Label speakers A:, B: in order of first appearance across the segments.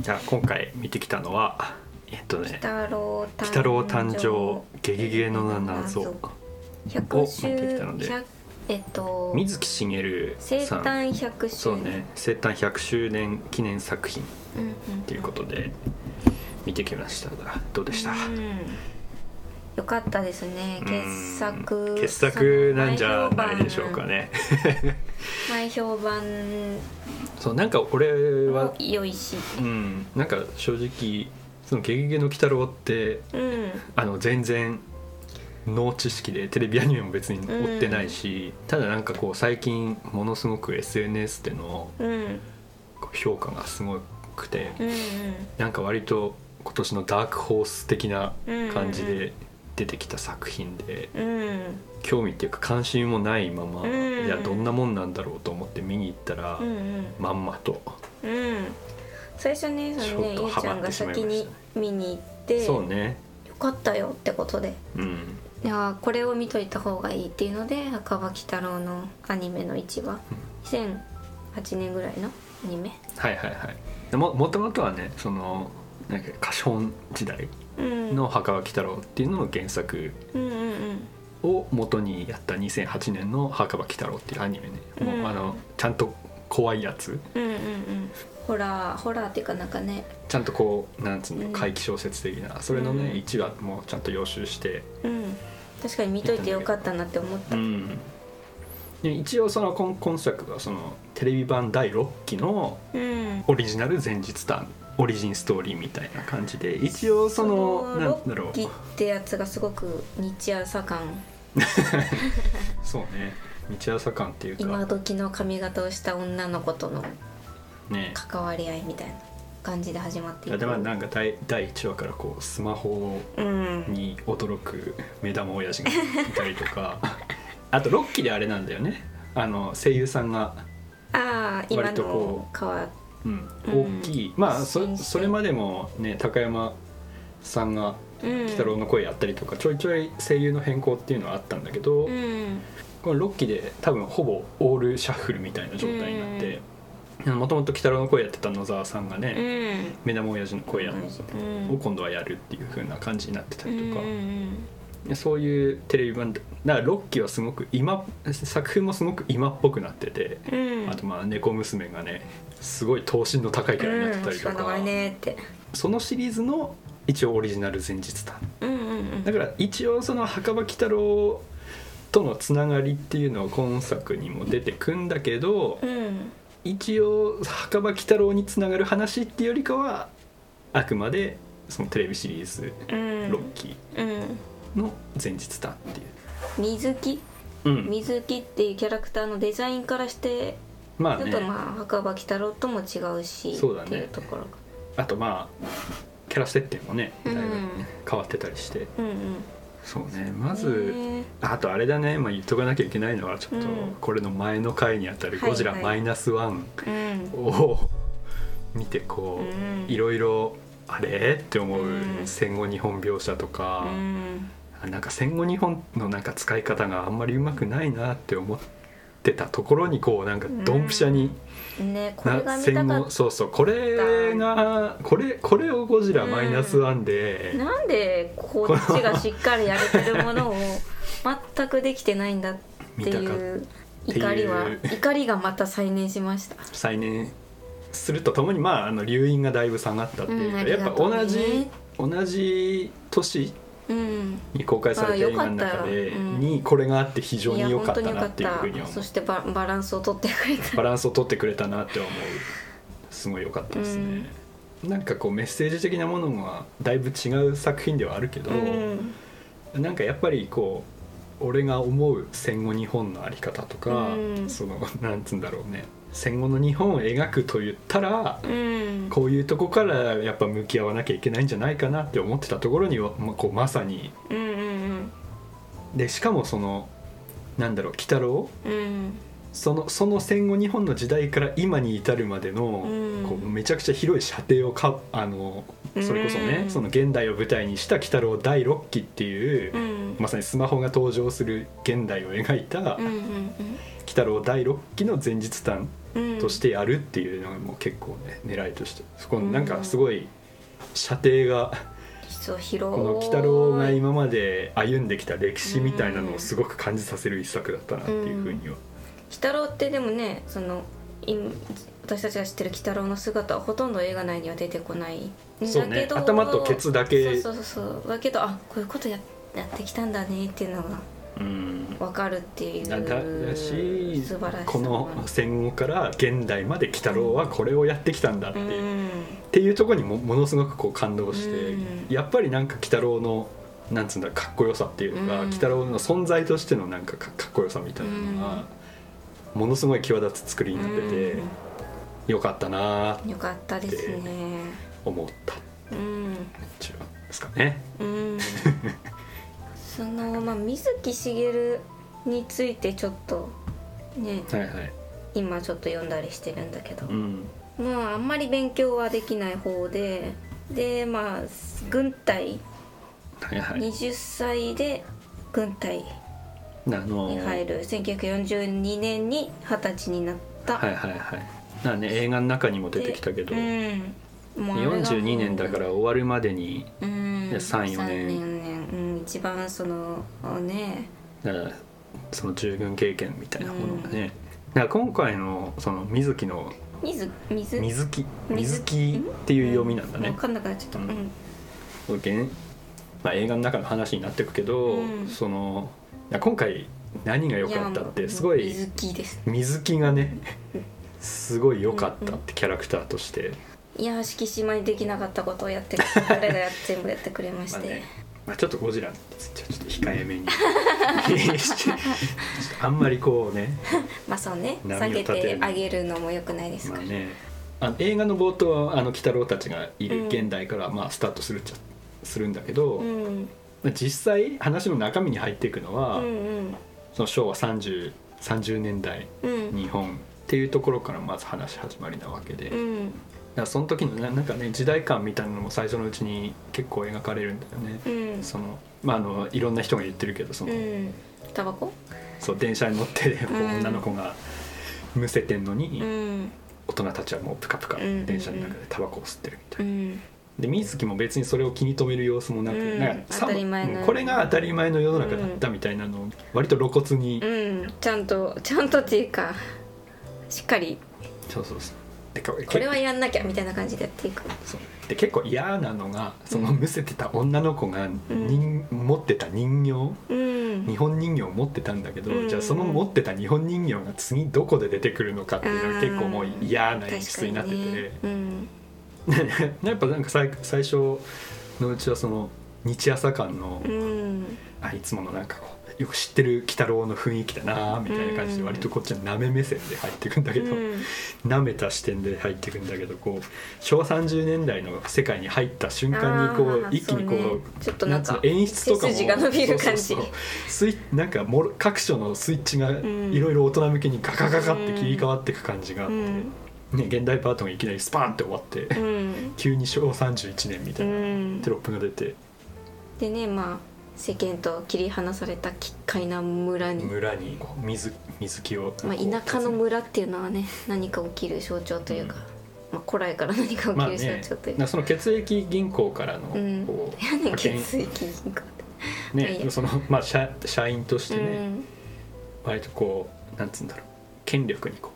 A: じゃあ今回見てきたのはえっとね
B: 北郎
A: 「鬼太郎誕生ゲゲゲの謎」
B: 謎
A: を
B: 100
A: 見てきたの
B: 周
A: で
B: 100えっと
A: 水木しげる
B: 生
A: さん
B: 誕100周
A: そうね生誕100周年記念作品
B: うんうん
A: ということで見てきましたがどうでした、
B: うんよかったですね傑
A: う
B: 作
A: ん傑作なんじゃないでしょうかね
B: 前評判
A: そうなんか俺
B: 前評
A: は
B: 判も良いし
A: うんなんか正直その「ゲゲゲの鬼太郎」って
B: うん
A: あの全然脳知識でテレビアニメも別に追ってないし、ただなんかこう最近ものすごく SNS での
B: うんうん
A: こう評価がすごくて
B: うん
A: なんか割と今年のダークホース的な感じ
B: うんうんう
A: で出てきた作品で
B: うん
A: 興味っていうか関心もないまま、
B: うんうん
A: いやどんなもんなんだろうと思って見に行ったら、
B: うんうん
A: まんまと
B: うん最初ねそのね
A: ちょ
B: ゆ
A: っと
B: うちゃ
A: ハ
B: ん
A: マっ
B: が
A: てしまいましたね
B: 先に見に行って
A: そう
B: よ
A: ね
B: かったよってことで
A: うん
B: いやーこれを見といた方がいいっていうので赤羽鬼太郎のアニメの一話2008年ぐらいのアニメ
A: はいはいはいでももともとはねそのなんか歌唱時代
B: うん
A: の「墓は鬼太郎」っていうのの原作
B: うんうんうん
A: を元にやった2008年の「墓場鬼太郎」っていうアニメね、もう
B: うん
A: あのちゃんと怖いやつ
B: うんうんうんホラーホラーっていうかなんかね
A: ちゃんとこうなんつう
B: う
A: の
B: ん
A: 怪奇小説的なそれのね、
B: うん
A: 1話もちゃんと予習して、
B: うん確かに見といてよかったなって思った
A: うんで一応その今今作はそのテレビ版第6期の
B: うん
A: オリジナル前日談オリジンストーリーみたいな感じで一応その
B: そ
A: なんだろ
B: ロッキー
A: う
B: ってやつがすごく日朝感
A: そうね道朝感っていう
B: 今
A: か
B: 時の髪型をした女の子との
A: ね
B: 関わり合いみたいな感じで始まってい
A: 例えばなんか第第1話からこうスマホを
B: うん
A: に驚く目玉親父がいたりとか あと6期であれなんだよねあの声優さんが、
B: ああ今
A: 割と
B: の
A: こ
B: 変わっ
A: うん
B: うん
A: 大きい、まあそ
B: 新鮮
A: それまでもね高山さんが
B: うん
A: 鬼太郎の声やったりとか、ちょいちょい声優の変更っていうのはあったんだけど、
B: うん
A: この6期で多分ほぼオールシャッフルみたいな状態になってもともと鬼太郎の声やってた野沢さんが
B: う
A: ね、
B: ん
A: 目玉親父の声や
B: うん
A: を今度はやるっていう風な感じになってたりとか。
B: うんうん
A: でそういうテレビ版だだから6期はすごく今作風もすごく今っぽくなってて、
B: うん
A: あとまあ猫娘がねすごい頭身の高いキャラになってたりと
B: うんしょうが
A: か、
B: ないねって
A: そのシリーズの一応オリジナル前日談
B: うんうんうん
A: だから一応その墓場鬼太郎とのつながりっていうのは今作にも出てくんだけど
B: うん
A: 一応墓場鬼太郎につながる話っていうよりかはあくまでそのテレビシリーズ
B: うん
A: 6期
B: うん
A: の前日談っていう。
B: 水木
A: うん
B: 水木っていうキャラクターのデザインからして
A: まあ
B: ちょっ
A: ね
B: とまあ墓場鬼太郎とも違うし
A: そうだね
B: っていうところが
A: あとまあキャラ設定もねだいぶね
B: うん
A: 変わってたりして、
B: うんうん
A: そうねまず
B: ね
A: あとあれだね、まあ、言っとかなきゃいけないのはちょっと
B: うん
A: これの前の回にあたる「
B: はい
A: ゴジラマイナスワン
B: うん
A: を見てこ
B: うん
A: ういろいろあれって思う
B: うん
A: 戦後日本描写とか
B: う、ん
A: あなんか戦後日本のなんか使い方があんまりうまくないなって思ってたところにこうなんかドンピシャに。
B: ねこれが
A: な
B: 見た
A: 戦
B: かっ
A: 後そうそうこれがこれこれをゴジラマイナスワンで、
B: たなんでこっちがしっかりやれてるものを全くできてないんだっていう
A: 見た
B: 怒
A: かっ
B: りは
A: って
B: 怒りがまた再燃しました
A: 再燃するとともにまああの留飲がだいぶ下がったっていうか、
B: うんあり
A: や
B: が
A: っぱ
B: とうね
A: 同じ同じ年
B: うん
A: に公開された映画の
B: あよ
A: 中
B: かった
A: で、
B: ようん
A: にこれがあって非常
B: いや
A: に良か
B: 本
A: っ
B: 当
A: た
B: に良
A: な
B: か
A: っ
B: って
A: いうふうに
B: た
A: 思
B: そうしてババランスを取ってくれた
A: バランスを取ってくれたなって思うすごい良かったですね、なんかこうメッセージ的なものはだいぶ違う作品ではあるけど、
B: うん
A: なんかやっぱりこう俺が思う戦後日本のあり方とか、
B: うん
A: そのなんつうんだろうね戦後の日本を描くと言ったら、
B: うん
A: こういうとこからやっぱ向き合わなきゃいけないんじゃないかなって思ってたところには、まあ、こうまさに
B: うんうん
A: でしかもそのなんだろう鬼太郎
B: うん
A: そのその戦後日本の時代から今に至るまでの、
B: うん
A: こうめちゃくちゃ広い射程をかあのそれこそね、
B: うん
A: その現代を舞台にした「鬼太郎第6期」っていう、
B: うんうん
A: まさにスマホが登場する現代を描いた「
B: うん
A: 鬼太郎第6期」の前日談
B: うん
A: としてやるっていうのがもう結構ね狙いとしてそこ
B: うん
A: なんかすごい射程が
B: そう広
A: こ
B: い
A: の鬼太郎が今まで歩んできた歴史みたいなのをすごく感じさせる一作だったなっていうふうには
B: 鬼太郎ってでもねそのい私たちが知ってる鬼太郎の姿はほとんど映画内には出てこない
A: そうね
B: だけど
A: 頭とケツだけ
B: そうそうそうそうだけどあこういうことややってきたんだねっていうのが
A: うん
B: 分かるっていう
A: だだし
B: 素晴らしさ
A: この戦後から現代まで鬼太郎はこれをやってきたんだって
B: う
A: いう。
B: ん
A: っていうところにもものすごくこう感動して、
B: うん
A: やっぱりなんか鬼太郎のなんつうんだかっこよさっていうのが
B: うん
A: 鬼太、郎の存在としてのなんかかかっこよさみたいなのが、ものすごい際立つ作りになってて、
B: う
A: よかったなーって
B: んよかったですね
A: 思ったっ
B: うん
A: ていうですかね。
B: うん そのまあ水木しげるについてちょっとね
A: はいはい
B: 今ちょっと読んだりしてるんだけど
A: うん
B: まああんまり勉強はできない方ででまあ軍隊
A: はいはい、
B: 20歳で軍隊
A: あの
B: に
A: ー
B: 入る1942年に二十歳になった、
A: はいはいはいなんかね映画の中にも出てきたけど、
B: うん、もうあれが
A: 42年だから終わるまでに
B: うん
A: で3 4年
B: 3 4年うん、一番そのね
A: だからその従軍経験みたいなものがね、だから今回のその水木の
B: 水水
A: 水木
B: 水
A: 水木っていう読みなんだね
B: 分、かんなくなっちゃった、う
A: うんん現まあ、映画の中の話になってくけど、
B: うん
A: そのいや今回何が良かったってすご
B: やもう
A: い
B: 水木です
A: 水木がねすごい良かったってキャラクターとして、
B: いや敷島にできなかったことをやってく彼がやっ全部やってくれま し
A: まあ
B: て、
A: ねまあ、ちょっとゴジラについてはちょっと控えめに してちょっとあんまりこうね
B: まあそうね
A: 波を
B: 下げ
A: 立て
B: て
A: る
B: あげるのも良くないですか
A: まあ
B: ら、
A: ねあの映画の冒頭はあの鬼太郎たちがいうる
B: ん
A: 現代からまあスタートするっちゃするんだけど、
B: うん
A: まあ実際話の中身に入っていくの
B: う
A: は、
B: ん
A: その昭和 30, 30年代
B: うん
A: 日本っていうところからまず話始まりなわけで、
B: う
A: だ
B: ん
A: からその時のななんかね時代感みたいなのも最初のうちに結構描かれるんだよね。
B: うん
A: そのまあ、あのいろんな人が言ってるけどその、
B: うんタバコ
A: そう電車に乗ってこう
B: うん
A: 女の子がむせてんのに、
B: うん
A: 大人たちはもうプカプカ
B: うん
A: 電車の中でタバコを吸ってるみたいな
B: う。ん
A: で水木も別にそれを気に留める様子もなく、
B: うん
A: なんかさ
B: 当たり前の
A: うんこれが当たり前の世の中だったみたいなのを割と露骨に、
B: うんちゃんとちゃんとっていうかしっかり
A: そうそうそうでこ
B: これはやんなきゃみたいな感じでやっていく
A: そうで結構嫌なのがそのむせてた女の子が
B: ん
A: 人、持ってた人形
B: うん
A: 日本人形を持ってたんだけど、
B: うん
A: じゃあその持ってた日本人形が次どこで出てくるのかっていうのが結構もう嫌な演出になってて、
B: 確かにね
A: やっぱなんか最最初のうちはその日朝間の、
B: うんうん
A: あいつものなんかこうよく知ってる鬼太郎の雰囲気だなみたいな感じで
B: うん
A: 割とこっちはなめ目線で入ってくんだけど、
B: うん
A: なめた視点で入ってくんだけどこう昭和30年代の世界に入った瞬間にこう
B: あー
A: 一気にこ
B: そう
A: う
B: ねちょっとなんか
A: つうの演出とかも
B: 背筋が伸びる感じ
A: そうそうそうスイなんかもろ各所のスイッチが
B: ん
A: いろいろ大人向けにガガガガって切り替わっていく感じがあって、
B: うん
A: ね、現代パートがいきなりスパンって終わって、
B: うん
A: 急に昭和31年みた
B: う
A: いなんテロップが出て
B: でねまあ世間と切り離された奇怪な村に、
A: 村にこう水水木を
B: まあ、
A: こう
B: 田舎の村っていうのはね何か起きる象徴というか、まあ、古来から何か
A: まあ
B: 起きる
A: ね
B: 象徴とい、う
A: な
B: か、
A: その血液銀行からの
B: うん
A: こう、
B: 何
A: 派遣
B: 血液銀行ってはいは
A: ね
B: い
A: そのまあ社社員としてね、
B: うん
A: 割とこうなんつうんだろう権力にこ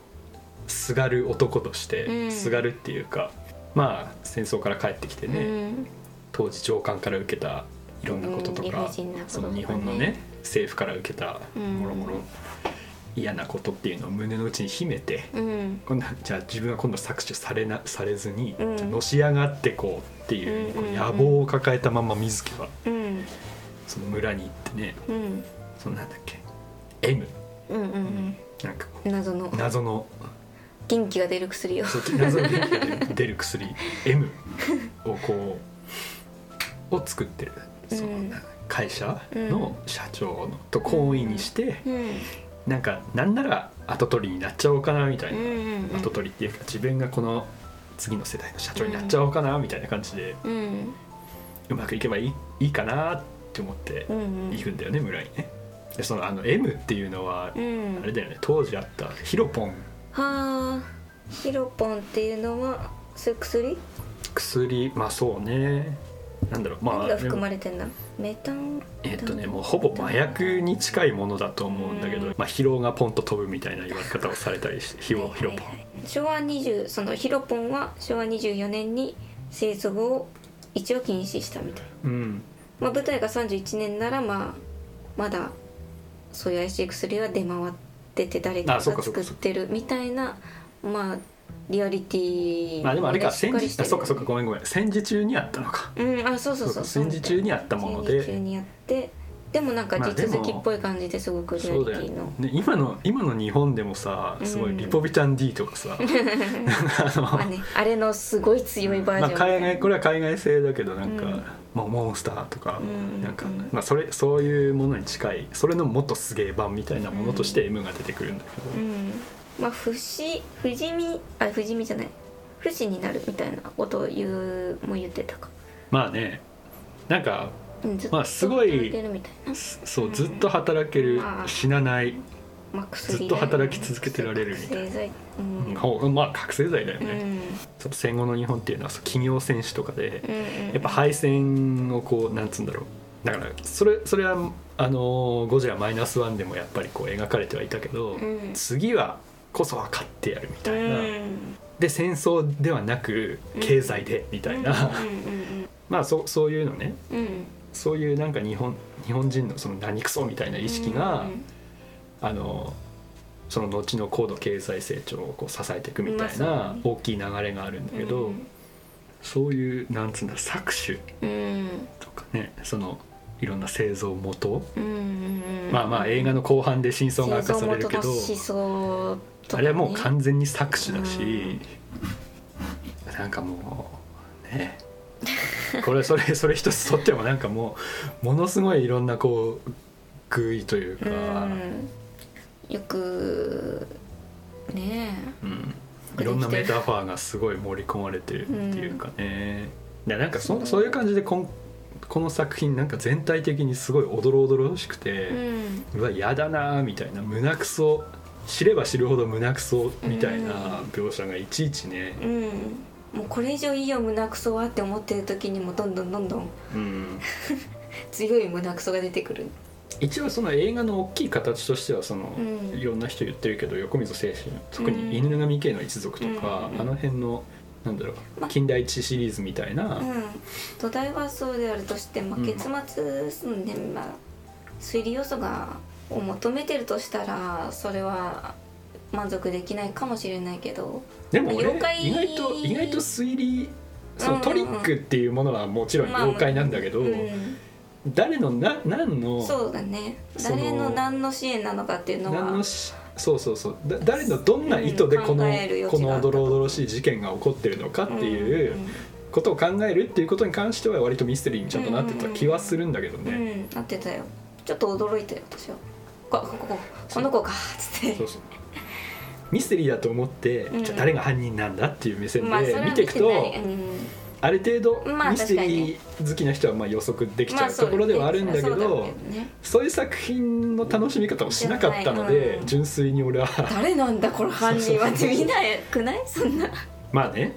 A: うすがる男として、
B: うん
A: すがるっていうかまあ戦争から帰ってきてね、
B: うん
A: 当時上官から受けたいろんなことと
B: うん理
A: か
B: 不、尽なことと
A: そ
B: かね
A: の日本のね政府から受けた
B: うん
A: もろもろ嫌なことっていうのを胸の内に秘めて。
B: うん
A: 今度はじゃあ自分は今度搾取されなされずに、
B: うん
A: のし上がってこうっていう,、
B: うんうんうん
A: 野望を抱えたまま水木は
B: うん
A: その村に行ってね
B: うん
A: そのなんだっけ M
B: うんうん
A: なんかこ
B: うん謎の
A: う謎の
B: 元気が出る薬を
A: そう謎の元気が出る薬 M をこうを作ってるその
B: うん
A: 会社の社長のと行為にして、
B: うんうん
A: なんかなんなら後取りになっちゃおうかなみたいな、
B: うん
A: 後取りっていうか自分がこの次の世代の社長になっちゃおうかなみたいな感じで。
B: うん
A: うまくいけばいいいいかなって思って
B: うんうん
A: 行くんだよね、村にねでそのあの M っていうのは、
B: うん
A: あれだよね当時あったヒロポン
B: はあヒロポンっていうのはそういう薬
A: 薬まあそうねなんだろうまあ
B: 何が含ま
A: れ
B: れてんだメタン
A: えっとねもうほぼ麻薬に近いものだと思うんだけど、
B: うん
A: まあ、疲労がポンと飛ぶみたいな言われ方をされたりして疲労疲労ポン、
B: 昭和20そのヒロポンは昭和24年に生息を一応禁止したみたいな、
A: うん
B: まあ、舞台が31年ならまあまだそういう怪しい薬は出回ってて誰か
A: あ
B: が
A: そうかそう
B: 作
A: か
B: ってるみたいなまあリアリティ
A: まあでもあれか
B: しっ
A: 戦
B: かり
A: 時
B: して
A: あ
B: る
A: そうかそうかごめんごめん戦時中にあったのか
B: うんあそうそう
A: そ
B: そう
A: か
B: う
A: 戦時中にあったもので
B: 戦時中にやってでもなんか地続きっぽい感じですごくリア
A: そ
B: リ
A: う
B: テ
A: だよ
B: ィの、
A: ね、今の今の日本でもさすご
B: う
A: い
B: ん
A: リポビタン D とか さ、あの
B: まあねあれのすごい強いバージョン
A: まあ、海外これは海外製だけどなんか、
B: うん
A: まあ、モンスターとか、
B: うん
A: なんか
B: うん、
A: まあ、それそういうものに近いそれのもっとすげえ版みたいなものとして M が出てくるんだけど、
B: うんまあ不死不死身あ不死身じゃない不死になるみたいなことを言うも言ってたか、
A: まあねなんか
B: うん、ずっ
A: まあ
B: と
A: すごい
B: 働けるみたいな、
A: そうずっと働ける
B: まあ
A: 死なない、
B: まあ、薬だよね
A: ずっと働き続けてられるみたいな
B: 覚醒剤うん、うん
A: ほうまあ覚醒剤だよ
B: うん
A: ね、ちょっと戦後の日本っていうのはそう企業戦士とかで、
B: うん、
A: やっぱ敗戦をこうなんつうんだろうだからそれそれはあのーゴジラマイナスワンでもやっぱりこう描かれてはいたけど、
B: うん
A: 次はこそは勝ってやるみたいな、
B: うん
A: で戦争ではなく
B: うん
A: 経済でみたいな、 まあそそういうのね
B: うんうんうんうん
A: そういうなんか日本日本人のその何クソみたいな意識が、
B: うん
A: あのその後の高度経済成長をこう支えていくみたい
B: まあそう
A: な
B: ね
A: 大きい流れがあるんだけど、そういうなんつうんだろう搾取
B: うんうん
A: とかねそのいろんな製造元、
B: うんうん
A: まあまあ映画の後半で真相が明かされるけど、
B: 製造元の思想
A: あ
B: とかね
A: れはもう完全に作詞だし、なんかもうねこれそ れそれ一つとってもなんかもうものすごいいろんなこう具意というか、
B: うんよくね
A: うんいろんなメタファーがすごい盛り込まれてるっていうかね、でなんかそそういう感じでこんこの作品なんか全体的にすごいおどろおどろしく
B: え、
A: て。
B: うん、
A: うわやだなーみたいな胸くそ知れば知るほど胸くそみたいな描写がいちいちね、
B: うん、もうこれ以上いいよ胸クソはって思ってる時にもどんどんどんどん
A: うん
B: 強い胸クソが出てくる
A: 一応その映画の大きい形としてはその、
B: うん
A: いろんな人言ってるけど横溝精神特
B: うん
A: に犬神家の一族とか、
B: うん
A: あの辺のなんだろう
B: ま
A: 近代一シリーズみたいな、
B: うん土台はそうであるとして、まあ、
A: うん
B: 結末すんで、まあ、推理要素がを求めてるとしたらそれは満足できないかもしれないけど
A: でも俺
B: 妖怪
A: 意外と意外と推理その
B: うん
A: トリックっていうものはもちろん
B: まあ
A: 妖怪なんだけど、
B: うん
A: 誰のな何の
B: そうだね
A: その
B: 誰の何の支援なのかっていうのは
A: 何のしそうそうそうだ誰のどんな意図でこの、
B: うん考える余地が
A: このおどろおどろしい事件が起こってるのかっていうことを考えるっていうことに関しては割とミステリーにちゃんとなってた気はするんだけど
B: うん、うん
A: ね、
B: うんなってたよちょっと驚いたよ私はここここの子かっつって
A: そうそうミステリーだと思って、
B: うん
A: じゃあ誰が犯人なんだっていう目線
B: まあそれ
A: で
B: は
A: 見ていくと、
B: ないうん
A: ある程度
B: まあ
A: ミステリー好きな人はまあ予測できち
B: ま
A: ゃ
B: あ
A: う
B: そ
A: と
B: う
A: ころではあるんだけど,、
B: そう
A: そう
B: だけどね
A: いう作品の楽しみ方をしなかったので、
B: うん
A: 純粋に俺は
B: 誰なんだこの犯人はっ
A: そうそう
B: て見なくないそんな
A: まあね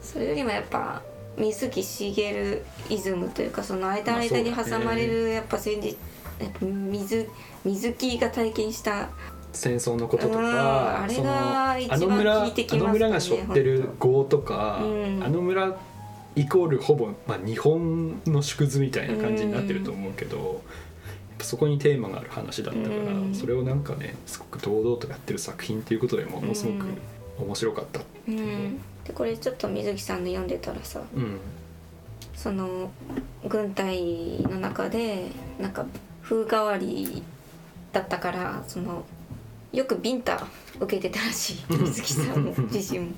B: それよりもやっぱ水木しげるイズムというかその間
A: まあそう
B: 間
A: だ
B: に
A: ね
B: 挟まれるやっぱ戦時やっぱ水水木が体験した
A: 戦争のことと
B: うん
A: か、
B: あれ
A: その
B: が一
A: あ
B: 番
A: の村
B: 効いてきます
A: あの村が背負ってる業とか、
B: うん
A: あの村イコールほぼ、まあ、日本の縮図みたいな感じになってると思うけど、やっぱそこにテーマがある話だったから、
B: うん
A: それをなんかねすごく堂々とやってる作品っていうことでものすごく面白かった、
B: うんでこれちょっと水木さんの読んでたらさ
A: うん
B: その軍隊の中でなんか風変わりだったからそのよくビンタ受けてた らしい水木さんも自身も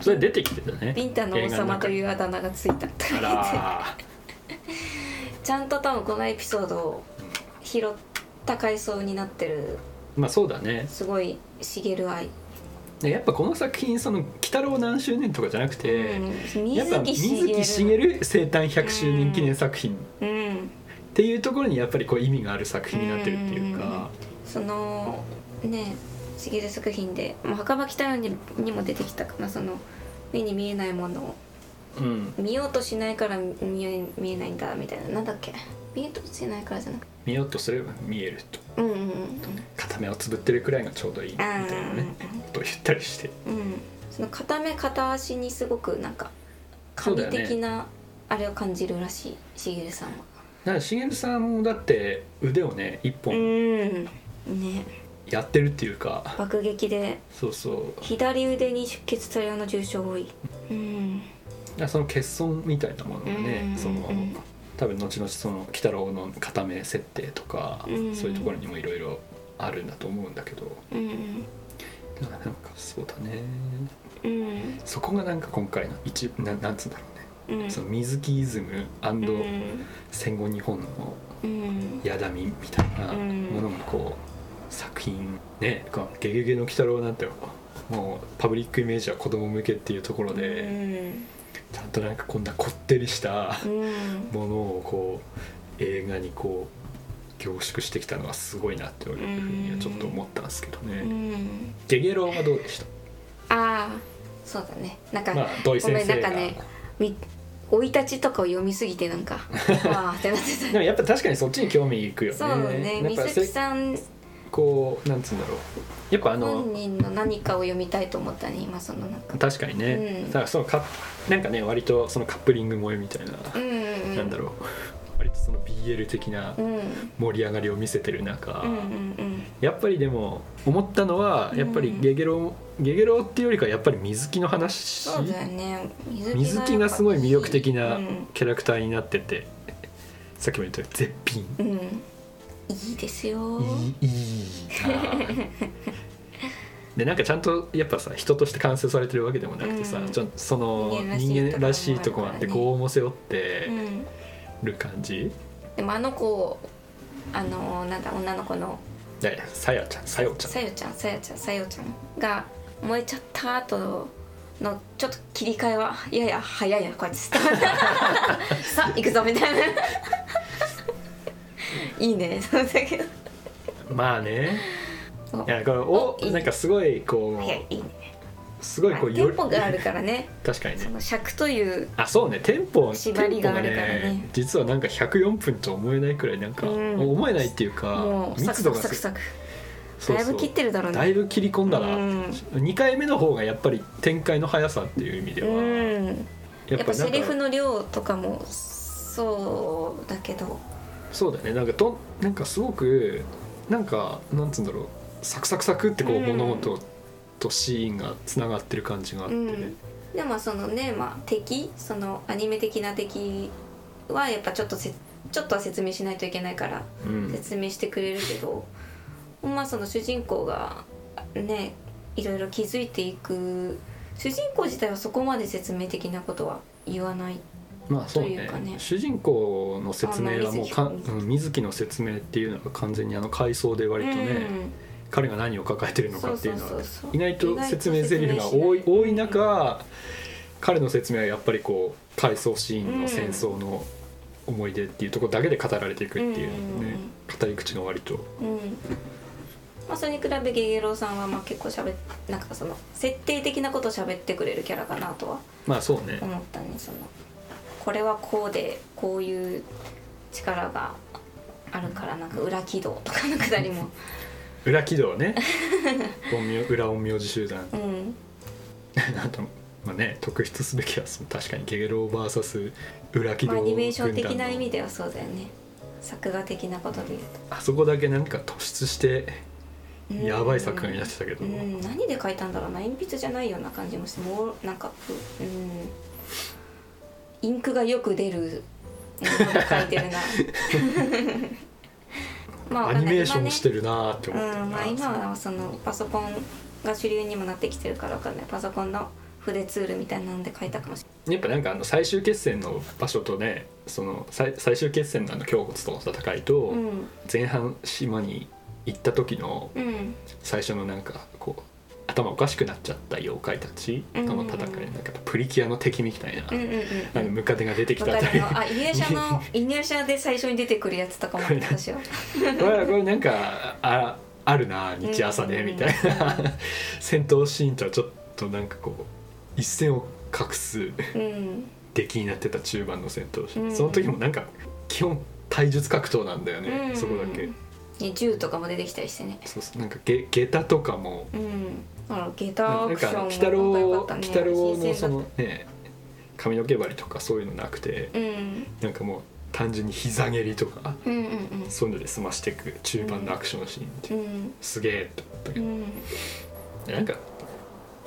A: それ出てきてたね
B: ビンタの王様というあだ名がついたって
A: 映画の中にあ
B: ちゃんと多分このエピソードを
A: らー
B: 拾った回想になってる
A: まあそうだね
B: すごい茂る愛、
A: でやっぱこの作品その「鬼太郎何周年」とかじゃなくて、
B: うん
A: やっぱ
B: 水木
A: 水
B: しげる
A: 木しげる生誕100周年記念作品
B: うん
A: っていうところにやっぱりこう意味がある作品になってるっていうか、
B: そのね茂作品で、まあ、墓場北よににも出てきたかなその目に見えないものを
A: うん
B: 見ようとしないから見え見えないんだみたいななんだっけ見ようとしないからじゃなくて
A: 見ようとすれば見えると
B: うんうんうん
A: 片目をつぶってるくらいがちょうどいいみたいなねことを言ったりして
B: うんうんその片目片足にすごくなんか
A: そう
B: 神
A: だよね
B: 的なあれを感じるらしい茂さんは
A: だからしげるさんもだって腕をね一
B: う
A: 本
B: んね
A: やってるっていうか、
B: 爆撃で
A: そうそう
B: 左腕に出血多量の重傷を負いうん
A: だからその欠損みたいなものが
B: うんうんう
A: ね
B: ん
A: その多分後々その鬼太郎の片目設定とか
B: うんうん
A: そういうところにもいろいろあるんだと思うんだけど
B: うんうん
A: だからなんかそうだね
B: うん
A: そこがなんか今回の一ななんつうんだろうね、
B: うん
A: その水木イズム
B: うん
A: 戦後日本の
B: うん
A: やだみみたいな
B: うん
A: ものがこう作品ねこうゲゲゲの鬼太郎」なんてもうパブリックイメージは子供向けっていうところでちゃんとなんかこんなこってりした
B: うんうん
A: ものをこう映画にこう凝縮してきたのはすごいなっていうふうにはちょっと思ったんですけど
B: う
A: ね。
B: ん
A: ゲゲロウはどうでし
B: ああそうだねなん
A: た
B: か、
A: まあ土井
B: ごめ
A: 先
B: ん
A: 生
B: な
A: が
B: んかねみ生い立ちとかを読みすぎて なんかわあってなって
A: でもやっぱ確かにそっちに興味いくよ
B: た
A: ね。
B: そうね
A: やっぱ
B: 水木
A: せ
B: さん
A: こうなんつうんだろうやっぱあの、
B: 本人の何かを読みたいと思ったね今そのなんか
A: 確かにね、
B: うん
A: だからそのかなんかね割とそのカップリング萌えみたいな、
B: うんうんうん
A: なんだろう割とその BL 的な
B: うんうん
A: 盛り上がりを見せてる中、
B: うんうん
A: やっぱりでも思ったのはやっぱり
B: うん
A: ゲゲロウゲゲロウっていうよりかやっぱり水木の話
B: そうだよね
A: 水木がすごい魅力的な
B: うん、
A: キャラクターになってて、さっきも言ったように絶品
B: うん、いいですよ
A: いいいいなでなんかちゃんとやっぱさ人として完成されてるわけでもなくてさ、
B: うん
A: ちょっとその人
B: 人
A: 間
B: 間
A: ら
B: ら
A: し
B: し
A: い
B: い
A: と
B: と
A: こ
B: こ
A: も
B: も
A: あ
B: あ
A: っ
B: るからね
A: てこうも背負っ
B: う
A: て
B: ん
A: る感じ、
B: でもあの子あのなんだ女の子の
A: でさやちゃんさよちゃん
B: さよちゃんさやちゃんさよちゃんが燃えちゃった後のちょっと切り替えはやや早いなこうやってスタート さあ行くぞみたいないいねそうだけど
A: まあね
B: そう
A: いやこれお
B: おいい
A: なんかすごいこ
B: 早いういいね
A: すごいこう
B: まあテン
A: り
B: ポがあるからね
A: 確かに
B: そ
A: ね
B: の尺という
A: あそうねテンポ
B: 縛りがあるからね
A: テンポが実はなんか104分とは思えないくらいなんか、
B: うん
A: 思えないっていうか
B: もうサ
A: 密
B: クサ
A: 度
B: ク
A: が
B: サク
A: す
B: サク
A: そう
B: だい
A: そう
B: ぶ切ってるだろう
A: だ
B: ね
A: いぶ切り込んだな、
B: うん
A: 2回目の方がやっぱり展開の速さっていう意味で
B: う
A: は、
B: んやっぱ
A: なん
B: セ
A: か
B: リフの量とかもそうだけど
A: そうだねなんかとなんかすごくなんかなんつうんだろうサクサクサクってこう、
B: うん
A: 物事とシーンがつながってる感じがあって、
B: うんでもそのね、まあ、敵そのアニメ的な敵はやっぱちょっとせちょっとは説明しないといけないから
A: うん
B: 説明してくれるけど、まあその主人公がねいろいろ気づいていく主人公自体はそこまで説明的なことは言わない
A: まあそう
B: とい
A: ね
B: うかね
A: 主人公の説明はもうか
B: あまあ水木
A: うん水木の説明っていうのが完全にあの回想で割とね、彼が何を抱えてるのかっていうのは
B: そうそうそうそう
A: 意外と説明セリフが多い
B: 意外と説明しない
A: 多い中彼の説明はやっぱりこう回想シーンの戦争の思い出っていうところだけで語られていくっていう
B: うん
A: ね語り口が割と
B: うん、うんまあ、それに比べゲゲロウさんはまあ結構しゃべなんかその設定的なことを喋ってくれるキャラかなとは
A: まあそうね
B: 思ったねそのこれはこうでこういう力があるからなんか裏軌道とかのくだり も
A: 裏軌道 ね陰陽裏陰陽師集団
B: うん
A: あとまあね特筆すべきはその確かにゲゲロ VS 裏軌
B: まあ
A: 道
B: アニメー
A: 軍
B: ション的
A: 団
B: な意味
A: の
B: ではそうだよね作画的なことで言う
A: あそこだけなんか突出して
B: と、うん
A: やばい作品になってたけど
B: うん何で書いたんだろうな鉛筆じゃないような感じもしてもうなんかうんインクがよく出るもので書いて るなまあわ
A: ア
B: か
A: ニ
B: んない
A: メーション
B: 今ね
A: してるなーって思ったよ
B: うんまあ、今
A: な
B: はそのパソコンが主流にもなってきてるからわかんないパソコンの筆ツールみたいなんで書いたかもし
A: やっぱなんかあの最終決戦の場所とねその最最終決戦のあの胸骨との戦い
B: れ
A: と
B: ない、うん
A: 前半島に行った時の
B: うん
A: 最初のなんかこう頭おかしくなっちゃった妖怪たちとの戦い、
B: うん
A: なんかプリキュアの敵みたいな、
B: うんうんうん
A: あのムカデが出てき
B: わ
A: たあ
B: か
A: た
B: る
A: り
B: よあ入社 の入社で最初に出てくるやつとかも私は
A: これこれなんかああるな日朝ね、
B: うん
A: みたい な戦闘シーンとはちょっとなんかこう一線を画す
B: うん
A: 出来になってた中盤の戦闘シーン、
B: うん
A: その時もなんか基本体術格闘なんだよね、
B: うん
A: そこだけ
B: ね銃とかも出てきたりしてね
A: そうそうなんかげ下駄とかも
B: うんあらゲ
A: うん
B: タ
A: な
B: ア
A: ん
B: クシ
A: かあ
B: ョン
A: の
B: も
A: 鬼太
B: なん
A: 郎鬼太
B: か良かったね
A: 郎の
B: 新
A: そ
B: 鮮だ
A: の
B: っ
A: ね髪の毛針とかそういうのなくて
B: たうん
A: なんかもう単純に膝蹴りとか
B: うんうん
A: そういうので済ましていく中盤のアクションシーンって、
B: うんうん
A: すげえって思ったけ
B: う
A: ど、
B: ん
A: なんか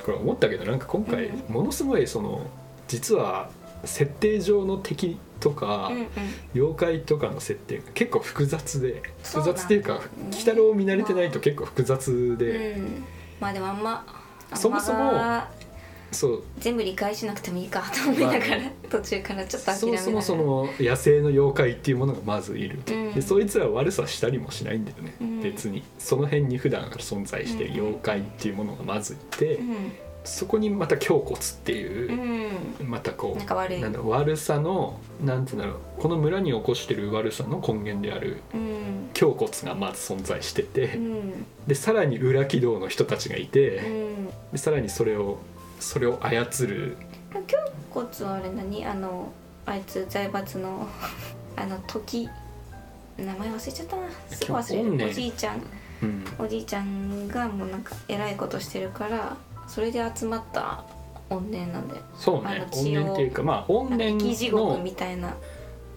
A: これ思ったけどなんか今回
B: う
A: ものすごいその実は設定上の敵とか、
B: うんうん
A: 妖怪とかの設定が結構複雑で
B: そう
A: 複
B: なんだ
A: 雑っていうか鬼太郎を見慣れてないと結構複雑で、
B: うんまあでもあんまあんま
A: そもそもそう
B: 全部理解しなくてもいいかと思いながら途中からちょっと諦
A: そ
B: め
A: も
B: ながら
A: そもその野生の妖怪っていうものがまずいる、
B: うん
A: でそいつらは悪さしたりもしないんだよね、
B: うん
A: 別にその辺に普段から存在している妖怪っていうものがまずいて、
B: うん
A: そこにまた胸骨っていうう、
B: ん
A: またこう
B: なんか悪い
A: なんだ悪さのなんて言うんだろうこの村に起こしてる悪さの根源である
B: うん
A: 胸骨がまず存在してて、
B: うん
A: でさらに裏軌道の人たちがいうて、
B: ん
A: でさらにそれをそれを操る
B: 今日骨はあれ何あのあいつ財閥のあの時名前忘れちゃったなすぐ忘れる、
A: 今日本ね
B: おじいちゃん
A: うん
B: おじいちゃんがもうなんか偉いことしてるからそれで集まった怨念なんだよ
A: そう
B: あ
A: ね
B: の血を
A: 怨念っていうかまあ怨
B: なんか
A: 念
B: 生き地獄
A: の
B: みたいな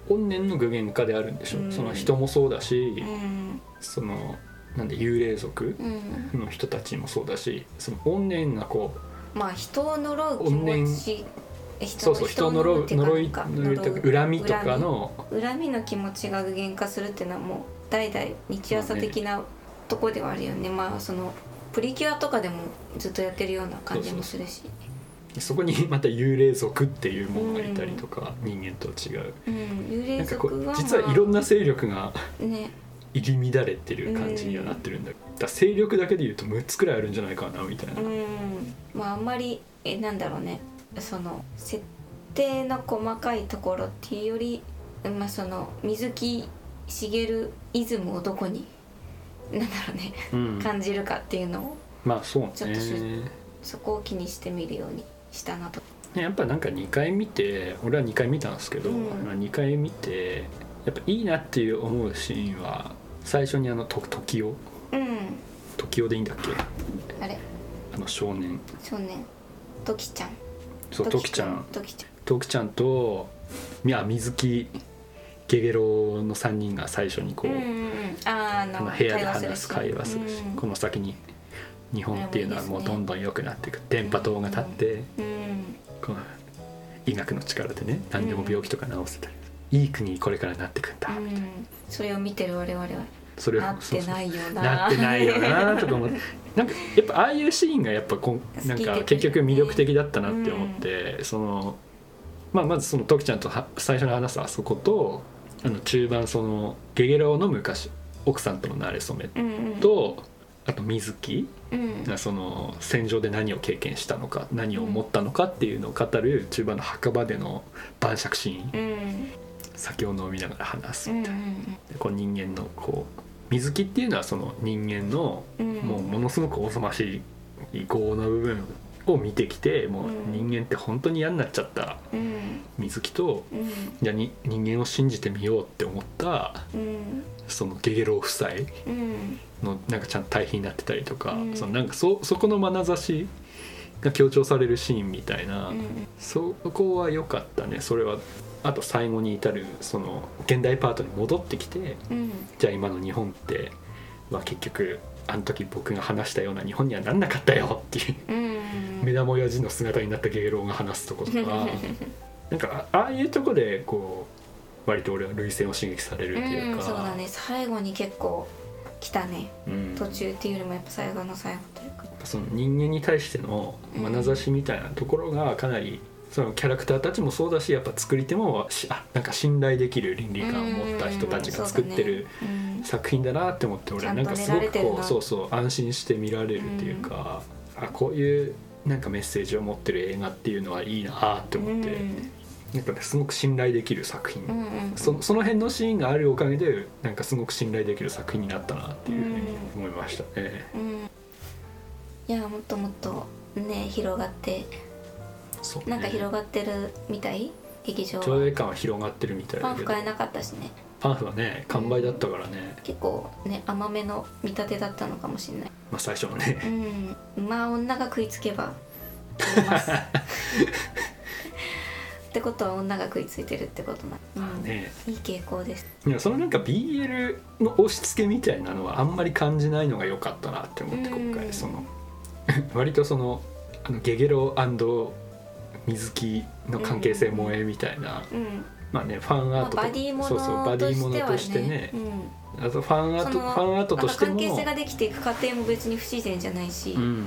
A: 怨念の具現化であるんでしょ、
B: うん
A: その人もそうだし、
B: うん
A: そのなんで幽霊族
B: うん
A: の人たちもそうだしその怨念がこう
B: まあ人を呪う気持ちえ人
A: そうそう人を呪う呪い
B: か
A: 呪いとか恨みとかの
B: 恨みの気持ちが具現化するっていうのはもう代々日朝的なとこではあるよね,、まあそのプリキュアとかでもずっとやってるような感じもするし
A: そこにまた幽霊族っていうものがいたりとか、人間とは違う
B: うん幽
A: な
B: 霊
A: んかこ
B: 族
A: う
B: は、
A: 実はいろんな勢力が
B: まあね
A: 入り乱れてる感じにはなってるんだ,、だから勢力だけでいうと6つくらいあるんじゃないかなみたいな、
B: うんまああんまりえなんだろうねその設定の細かいところっていうより、まあ、その水木しげるイズムをどこになんだろうね
A: うん
B: 感じるかっていうのを
A: まあそう
B: ちょっとし
A: ね
B: そこを気にしてみるようにしたなと。
A: ねやっぱなんか2回見て俺は2回見たんですけど、
B: うん
A: まあ2回見てやっぱいいなっていう思うシーンは最初にあのと時を
B: うん
A: 時をでいいんだっけ
B: あれ
A: あの少年
B: 少年トキちゃん
A: そう時ちゃん
B: トキちゃん
A: 時ちゃんといや水木ゲゲロの3人が最初にこう、
B: うんうんうんあーあ
A: あの
B: の
A: 部屋で話す会話するし、
B: うん
A: この先に日本っていうのはもうどんどん良くなっていく電波塔が立って、
B: うん
A: この医学の力でね何でも病気とか治せたり、いい国にこれからなってくんだ、
B: うんそれを見てる我々は
A: それを
B: なって
A: そうそう
B: ないよな
A: なってないよなとか思ってなんかやっぱああいうシーンがやっぱこんなん
B: 好
A: か
B: き的
A: 結局魅力的だったなって思って、その、まあ、まずその時ちゃんとは最初の話すあそことあの中盤そのゲゲロの昔奥さんとの馴れ初め
B: うんうん
A: と、あと水木
B: うん
A: がその戦場で何を経験したのか何を思ったのかっていうのを語る中盤の墓場での晩酌シーン
B: うん
A: 酒を飲みながら話す
B: うん
A: みたいな、でこう人間のこう水木っていうのはその人間の
B: うん
A: もうものすごくおぞましい業の部分を見てきてもう人間って本当に嫌になっちゃった
B: うん
A: 水木と
B: うん
A: じゃあに人間を信じてみようって思った
B: うん
A: そのゲゲロ夫妻
B: うん
A: のなんかちゃんと対比になってたりとか、
B: うん
A: そのなんかそそこの眼差しが強調されるシーンみたいな、
B: うん
A: そこは良かったねそれはあと最後に至るその現代パートに戻ってきて
B: うん
A: じゃあ今の日本って、まあ、結局あの時僕が話したような日本にはなんなかったよっていう
B: うん
A: 目玉親父の姿になった芸能が話すとこと かなんかあああいうとこでこう割と俺は涙腺を刺激されるっていう
B: うん
A: か。
B: そうだね最後に結構来たね
A: うん
B: 途中っていうよりもやっぱ最後の最後というか
A: その人間に対しての眼差しみたいなところがかなりそのキャラクターたちもそうだしやっぱ作り手もしあなんか信頼できる倫理観を持った人たちが作ってる
B: うん
A: 作品だなって思って俺はなんか
B: ち
A: す
B: ゃん
A: ご
B: と練ら
A: く
B: れてる
A: こ
B: な
A: うそうそう安心して見られるっていうかあこういうなんかメッセージを持ってる映画っていうのはいいなって思って
B: うん
A: なんかねすごく信頼できる作品、
B: うんうん
A: そその辺のシーンがあるおかげでなんかすごく信頼できる作品になったなっていうふうに思いましたね、
B: うんいやもっともっとね広がって
A: そうね
B: なんか広がってるみたい劇場
A: 上
B: は
A: 映感は広がってるみたい
B: パ
A: だ
B: ン
A: け
B: フ
A: ど
B: 買えなかったしね
A: パンフはね完売だったからね、
B: 結構ね甘めの見立てだったのかもしれない
A: まあ、最初はね
B: うんまあ女が食いつ けば食べますってことは女が食いついてるってことな、うん
A: ね
B: いい傾向です
A: いやそのなんか BL の押し付けみたいなのはあんまり感じないのが良かったなって思って今
B: う
A: 回
B: ん
A: その 割とそのあのゲゲロ水木の関係性萌えみたいな、
B: うん、
A: まあねファン
B: ま
A: アート
B: あ、
A: と
B: バディも
A: そうそう
B: の
A: バデ
B: と
A: ィも
B: して
A: の
B: は
A: として
B: ね
A: ね
B: う、
A: あとファンアー
B: ん
A: トファンアートとしても
B: なんか関係性ができていく過程も別に不自然じゃないし、
A: うん、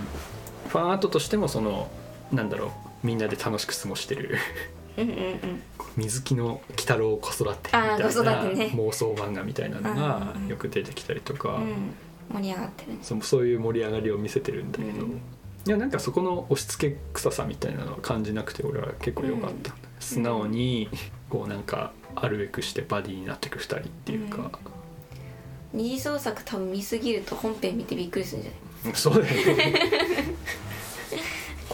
A: ファンアートとしてもそのなんだろうみんなで楽しく過ごしてる
B: うんうんうん
A: 水木の鬼太郎子育てみたい
B: あ
A: な
B: ー子育てね
A: 妄想漫画みたいなのが
B: うん
A: よく出てきたりとか、
B: うん、盛り上がってるね
A: そそういう盛り上がりを見せてるんだけど、
B: うん
A: いやなんかそこの押し付け臭さみたいなのは感じなくて俺は結構良かった、素直にこうなんかあるべくしてバディになってく二人っていうか、
B: 二次創作多分見すぎると本編見てびっくりするんじゃない
A: そうだよね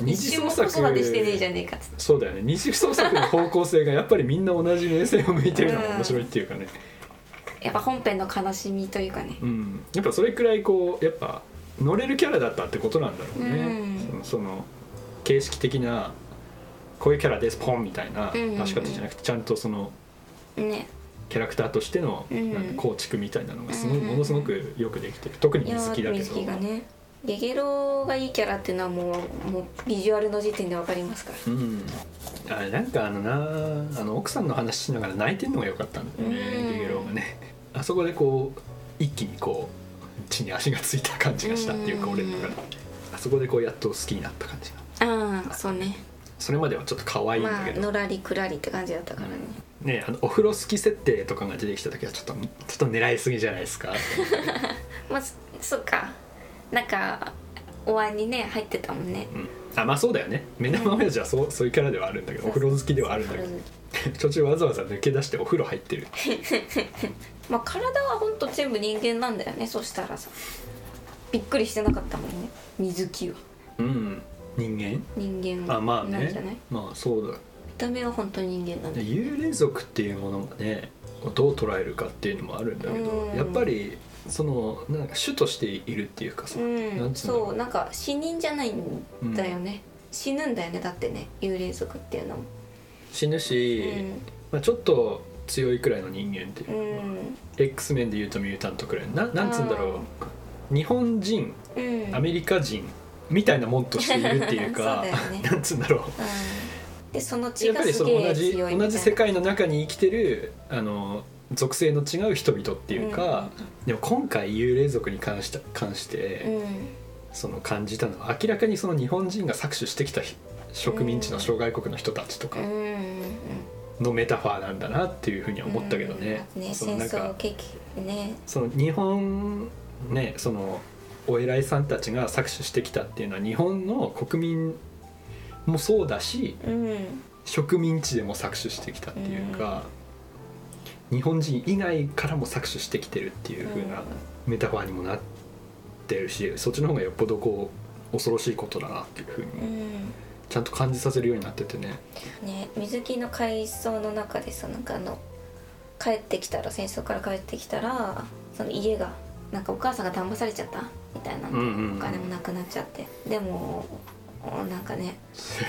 A: 二
B: 一
A: 次
B: 瞬も
A: 創
B: 子
A: 作
B: 育てしてねえじゃねえかっつって
A: そうだよね二次創作の方向性がやっぱりみんな同じ目線を向いてるのが面白いっていうかね、
B: やっぱ本編の悲しみというかね
A: うん、やっぱそれくらいこうやっぱ乗れるキャラだったってことなんだろうね、
B: う
A: そのその形式的なこういうキャラですポンみたいな
B: うんうんうん
A: 出し方じゃなくてちゃんとその
B: ね
A: キャラクターとしての
B: うん
A: なんか構築みたいなのがすごい
B: うんうんうん
A: ものすごくよくできてる特に水木だけ
B: 水
A: ど
B: 木がねゲゲロがいいキャラっていうのはもうもうビジュアルの時点でわかりますから
A: うん、あれなんかあのなあの奥さんの話しながら泣いてんのが良かったんだよね、
B: うん
A: ゲゲロウがねあそこでこう一気にこう地に足がついた感じがしたっていうか、
B: うん
A: 俺の中であそこでこうやっと好きになった感じが
B: ああそうね
A: それまではちょっと可愛いんだ
B: まあ
A: けど、
B: のらりくらりって感じだったからね
A: ねあのお風呂好き設定とかが出てきた時はちょっとちょっと狙いすぎじゃないです か
B: まあそそっかなんかお椀にね入ってたもんね
A: うんあまあそうだよね目玉親父はそうそういうキャラではあるんだけどお風呂好きではあるんだけ
B: そうそう
A: ど 途中わざわざ抜け出してお風呂入ってる
B: まあ体はほんと全部人間なんだよねそしたらさびっくりしてなかったもんね水木は
A: うん人間
B: 人間
A: あまあ
B: なん
A: ね
B: じゃない
A: まあそうだ
B: 見た目は本当に人間なんだ
A: で
B: よ
A: 幽霊族っていうものがねどう捉えるかっていうのもあるんだけど、
B: うん
A: やっぱりそのなんか主としているっていうかさ、
B: う
A: なん
B: ん
A: つうんだろ
B: そうなんか死人じゃないんだよね、死ぬんだよねだってね幽霊族っていうのも、
A: 死ぬし、まあ、ちょっと強いくらいの人間っていうう、
B: ん
A: X 面でいうとミュータントくらいななんつうんだろう日本人
B: うんうん
A: アメリカ人みたいなもんとしているっていうか
B: そうだよね
A: なんつうんだろう
B: うんでその血
A: やっ
B: が
A: ぱり
B: す
A: そ
B: げ
A: の同
B: え
A: じ
B: 強いみたいな
A: 同じ世界の中に生きてるあの属性の違う人々っていうか、でも今回幽霊族に関した関して、
B: う
A: その感じたのは明らかにその日本人が搾取してきたひ植民地の諸外国の人たちとか
B: んうんうん
A: のメタファーなんだなっていうふうには思ったけどね,、
B: うんね
A: その
B: 戦
A: なん
B: 争
A: か
B: を経験ね
A: その日本ねそのお偉いさんたちが搾取してきたっていうのは日本の国民もそうだし
B: うん
A: 植民地でも搾取してきたっていうか、日本人以外からも搾取してきてるっていう風なメタファーにもなってるしそっちの方がよっぽどこう恐ろしいことだなっていう風に
B: うん
A: ちゃんと感じさせるようになっててね
B: ね水木の回想の中でさなんかあの帰ってきたら戦争から帰ってきたらその家がなんかお母さんが騙されちゃったみたいな、
A: うんうんうん
B: お金もなくなっちゃってでもなんかね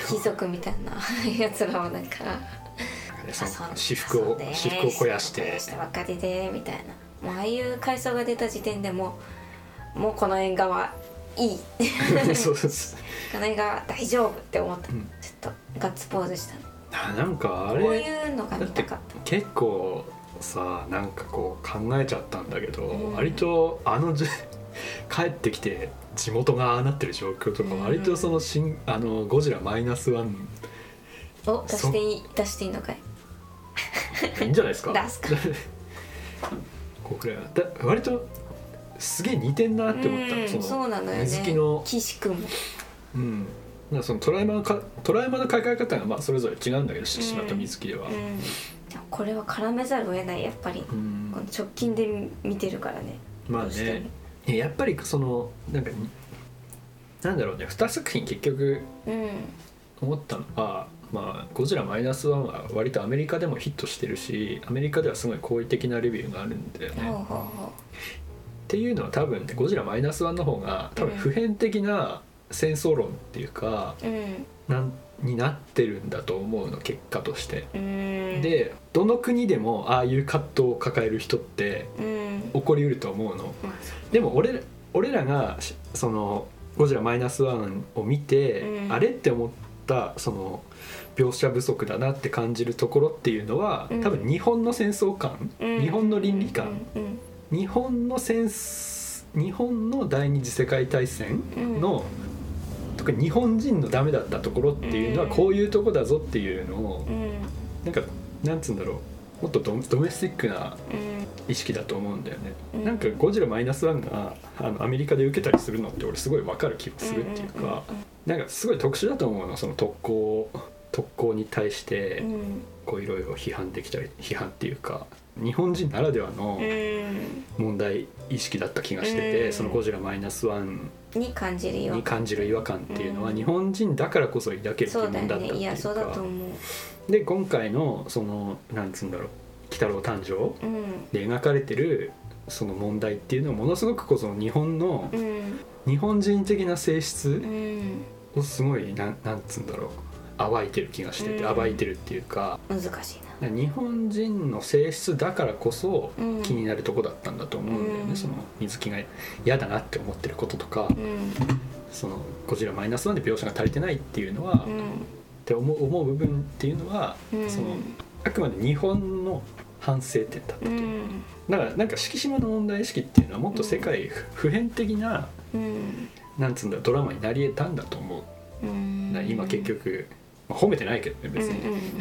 B: 貴族みたいな やつらはなんか
A: その
B: 遊んで
A: 私服
B: 遊ん
A: を
B: で
A: 私服を肥やして
B: 私服を肥やして若手でみたいなもうああいう階層が出た時点でもうもうこの縁側いい
A: そうそうそう
B: この縁側大丈夫って思った、
A: うん
B: ちょっとガッツポーズしたの
A: あなんかあ
B: こうい
A: れ
B: うのが
A: だ
B: 見
A: って
B: たかった
A: 結構さなんかこう考えちゃったんだけど、
B: うん
A: 割とあのじ 帰ってきて地元がああなってる状況とか
B: うん
A: 割とその新あのゴジラマイナスワン
B: お出していい出していいのかい
A: いいんじゃないですか
B: 出すか
A: こうくらいはだ割とすげえ似てんなって思ったの
B: うん
A: その
B: そうなのよね
A: 水木の
B: 岸君も
A: うん、なんかそのトラウマのかトラウマの抱え方がまあそれぞれ違うんだけどし島と水木では、
B: うん、でもこれは絡めざるを得ないやっぱり、
A: うん
B: この直近で見てるからね
A: まあ
B: どうして
A: ねいややっぱりそのなんかなんだろうね2作品結局
B: もうん
A: 思ったのは、まあ、ゴジラマイナスワンは割とアメリカでもヒットしてるしアメリカではすごい好意的なレビューがあるんだよね。
B: ほうほう
A: っ
B: ほ
A: ていうのは多分ねゴジラマイナスワンの方が多分普遍的な戦争論っていうか、
B: ううん
A: なんになってるんだと思うの結果として。
B: うん
A: でどの国でもああいう葛藤を抱える人って
B: うん
A: 起こりうると思うの。
B: まあそう
A: でも俺ら俺らがしその「ゴジラマイナスワンを見て、
B: うん
A: あれって思ったその描写不足だなって感じるところっていうのは、
B: うん
A: 多分日本の戦争観、
B: うん
A: 日本の倫理観、
B: うん
A: 日本の戦争日本の第二次世界大戦の、特に日本人のダメだったところっていうのは
B: うん
A: こういうとこだぞっていうのを
B: うんうん
A: なんかなんつうんだろうもっとドドメスティックな
B: うん
A: 意識だと思うんだよね、
B: うん
A: なんか「ゴジラマイナスワンがあのアメリカで受けたりするのって俺すごい分かる気がするっていうか、なんかすごい特殊だと思うのその特攻特攻に対し
B: う
A: て
B: んうん
A: こういろいろ批判できたり批判っていうか日本人ならではの
B: うん
A: 問題意識だった気がしてて、
B: うん
A: その「ゴジラマイナスワン
B: に感じるよ
A: に感じる違和感っていうのは
B: うん
A: 日本人だからこそ抱ける疑
B: そうだ
A: 問だ
B: よ
A: ったっ
B: ね
A: て
B: い
A: い
B: や
A: う
B: そうだと
A: か
B: 思う
A: で今回のそのなんつうんだろう「鬼太郎誕生」
B: うん
A: で描かれてるその問題っていうのはものすごくこうその日本の
B: うん
A: 日本人的な性質
B: うん
A: をすごいなんなんつうんだろう暴いてる気がしてて
B: うん
A: 暴いてるっていうか
B: 難しい
A: 日本人の性質だからこそ
B: なうん
A: 気になるとこだったんだと思うんだよ
B: う
A: ね
B: ん
A: その水木が嫌だなって思ってることとか
B: うん
A: そのゴジラマイナスワンで描写が足りてないっていうのは
B: う
A: って思う思う部分っていうのは
B: ん
A: そのあくまで日本の反省点だった
B: う
A: と思うんだからなんか敷島の問題意識っていうのはもっと世界普遍的な、
B: うん
A: なんつうんだドラマになり得たんだと思う
B: うん
A: だから今結局、まあ褒めてないけどね別に、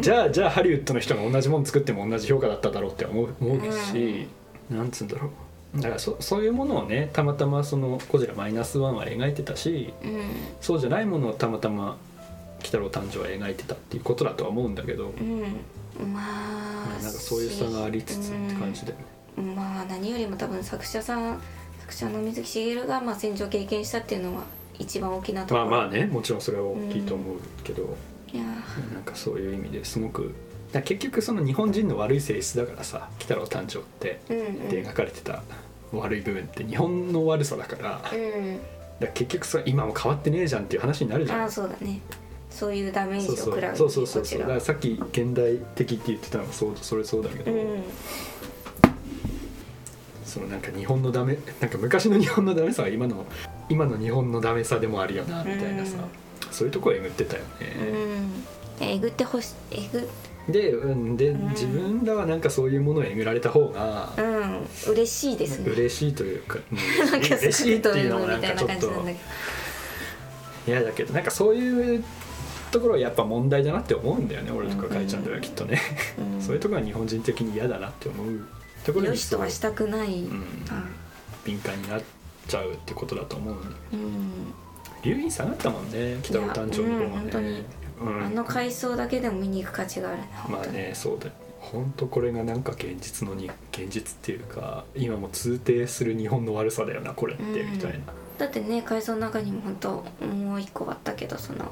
A: じゃあじゃあハリウッドの人が同じもの作っても同じ評価だっただろうって思う思うし、なんつうんだろうだからそそういうものをねたまたまその「ゴジラマイナスワンは描いてたし
B: うん
A: そうじゃないものをたまたま「鬼太郎誕生」は描いてたっていうことだとは思うんだけど、
B: うんま
A: ま
B: あ
A: あなんかそういう差がありつつって感じだよね。
B: うんまあ何よりも多分作者さん作者の水木しげるがまあ戦場を経験したっていうのは一番大きなとこ
A: ま
B: ろ
A: あまあねもちろんそれは大きいと思うけど、
B: いや
A: なんかそういう意味ですごくだから結局その日本人の悪い性質だからさ「鬼太郎誕生」って
B: うん
A: で描かれてた悪い部分って日本の悪さだからだか
B: うん
A: ら結局それ今も変わってねえじゃんっていう話になる
B: うん
A: じゃ
B: あ
A: ん。
B: あそうだねそういうダメージ
A: そ
B: を
A: うそう
B: 食らう
A: そうそうそう
B: こち
A: そう
B: ら
A: だからさっき現代的って言ってたのもそうそれそうだけ
B: う
A: ど、
B: ん
A: そのなんか日本のダメなんか昔の日本のダメさは今の今の日本のダメさでもあるよなみたいなさ、そういうところをえぐってたよね。
B: うんえぐってほしえぐ
A: で,、うん、で
B: うん
A: 自分らはなんかそういうものをえぐられた方が
B: うん嬉しいですね
A: 嬉しいと いうか、うん
B: なんか
A: 嬉しいっていうのも
B: み
A: なんか
B: たい
A: ちょ
B: な
A: っ
B: 感じ
A: と
B: なんだけ
A: 嫌だけどなんかそういうところはやっぱ問題だなって思うんだよね俺とかかいちゃんとかきっとね、
B: ど、うん、
A: そういうところは日本人的に嫌だなって思うところ
B: よ
A: に
B: しとはしたくない、
A: うん
B: あ
A: 敏感になっちゃうってことだと思うんだ
B: うん
A: けど留飲下がったもんね北の誕生の方はね
B: いやうん
A: う
B: あの階層だけでも見に行く価値があるな本
A: まあ
B: 当に
A: ねそうだよ本当これがなんか現実のに現実っていうか今も通底する日本の悪さだよなこれって
B: うん
A: みたいな、
B: だってね階層の中にも本当もう一個あったけどその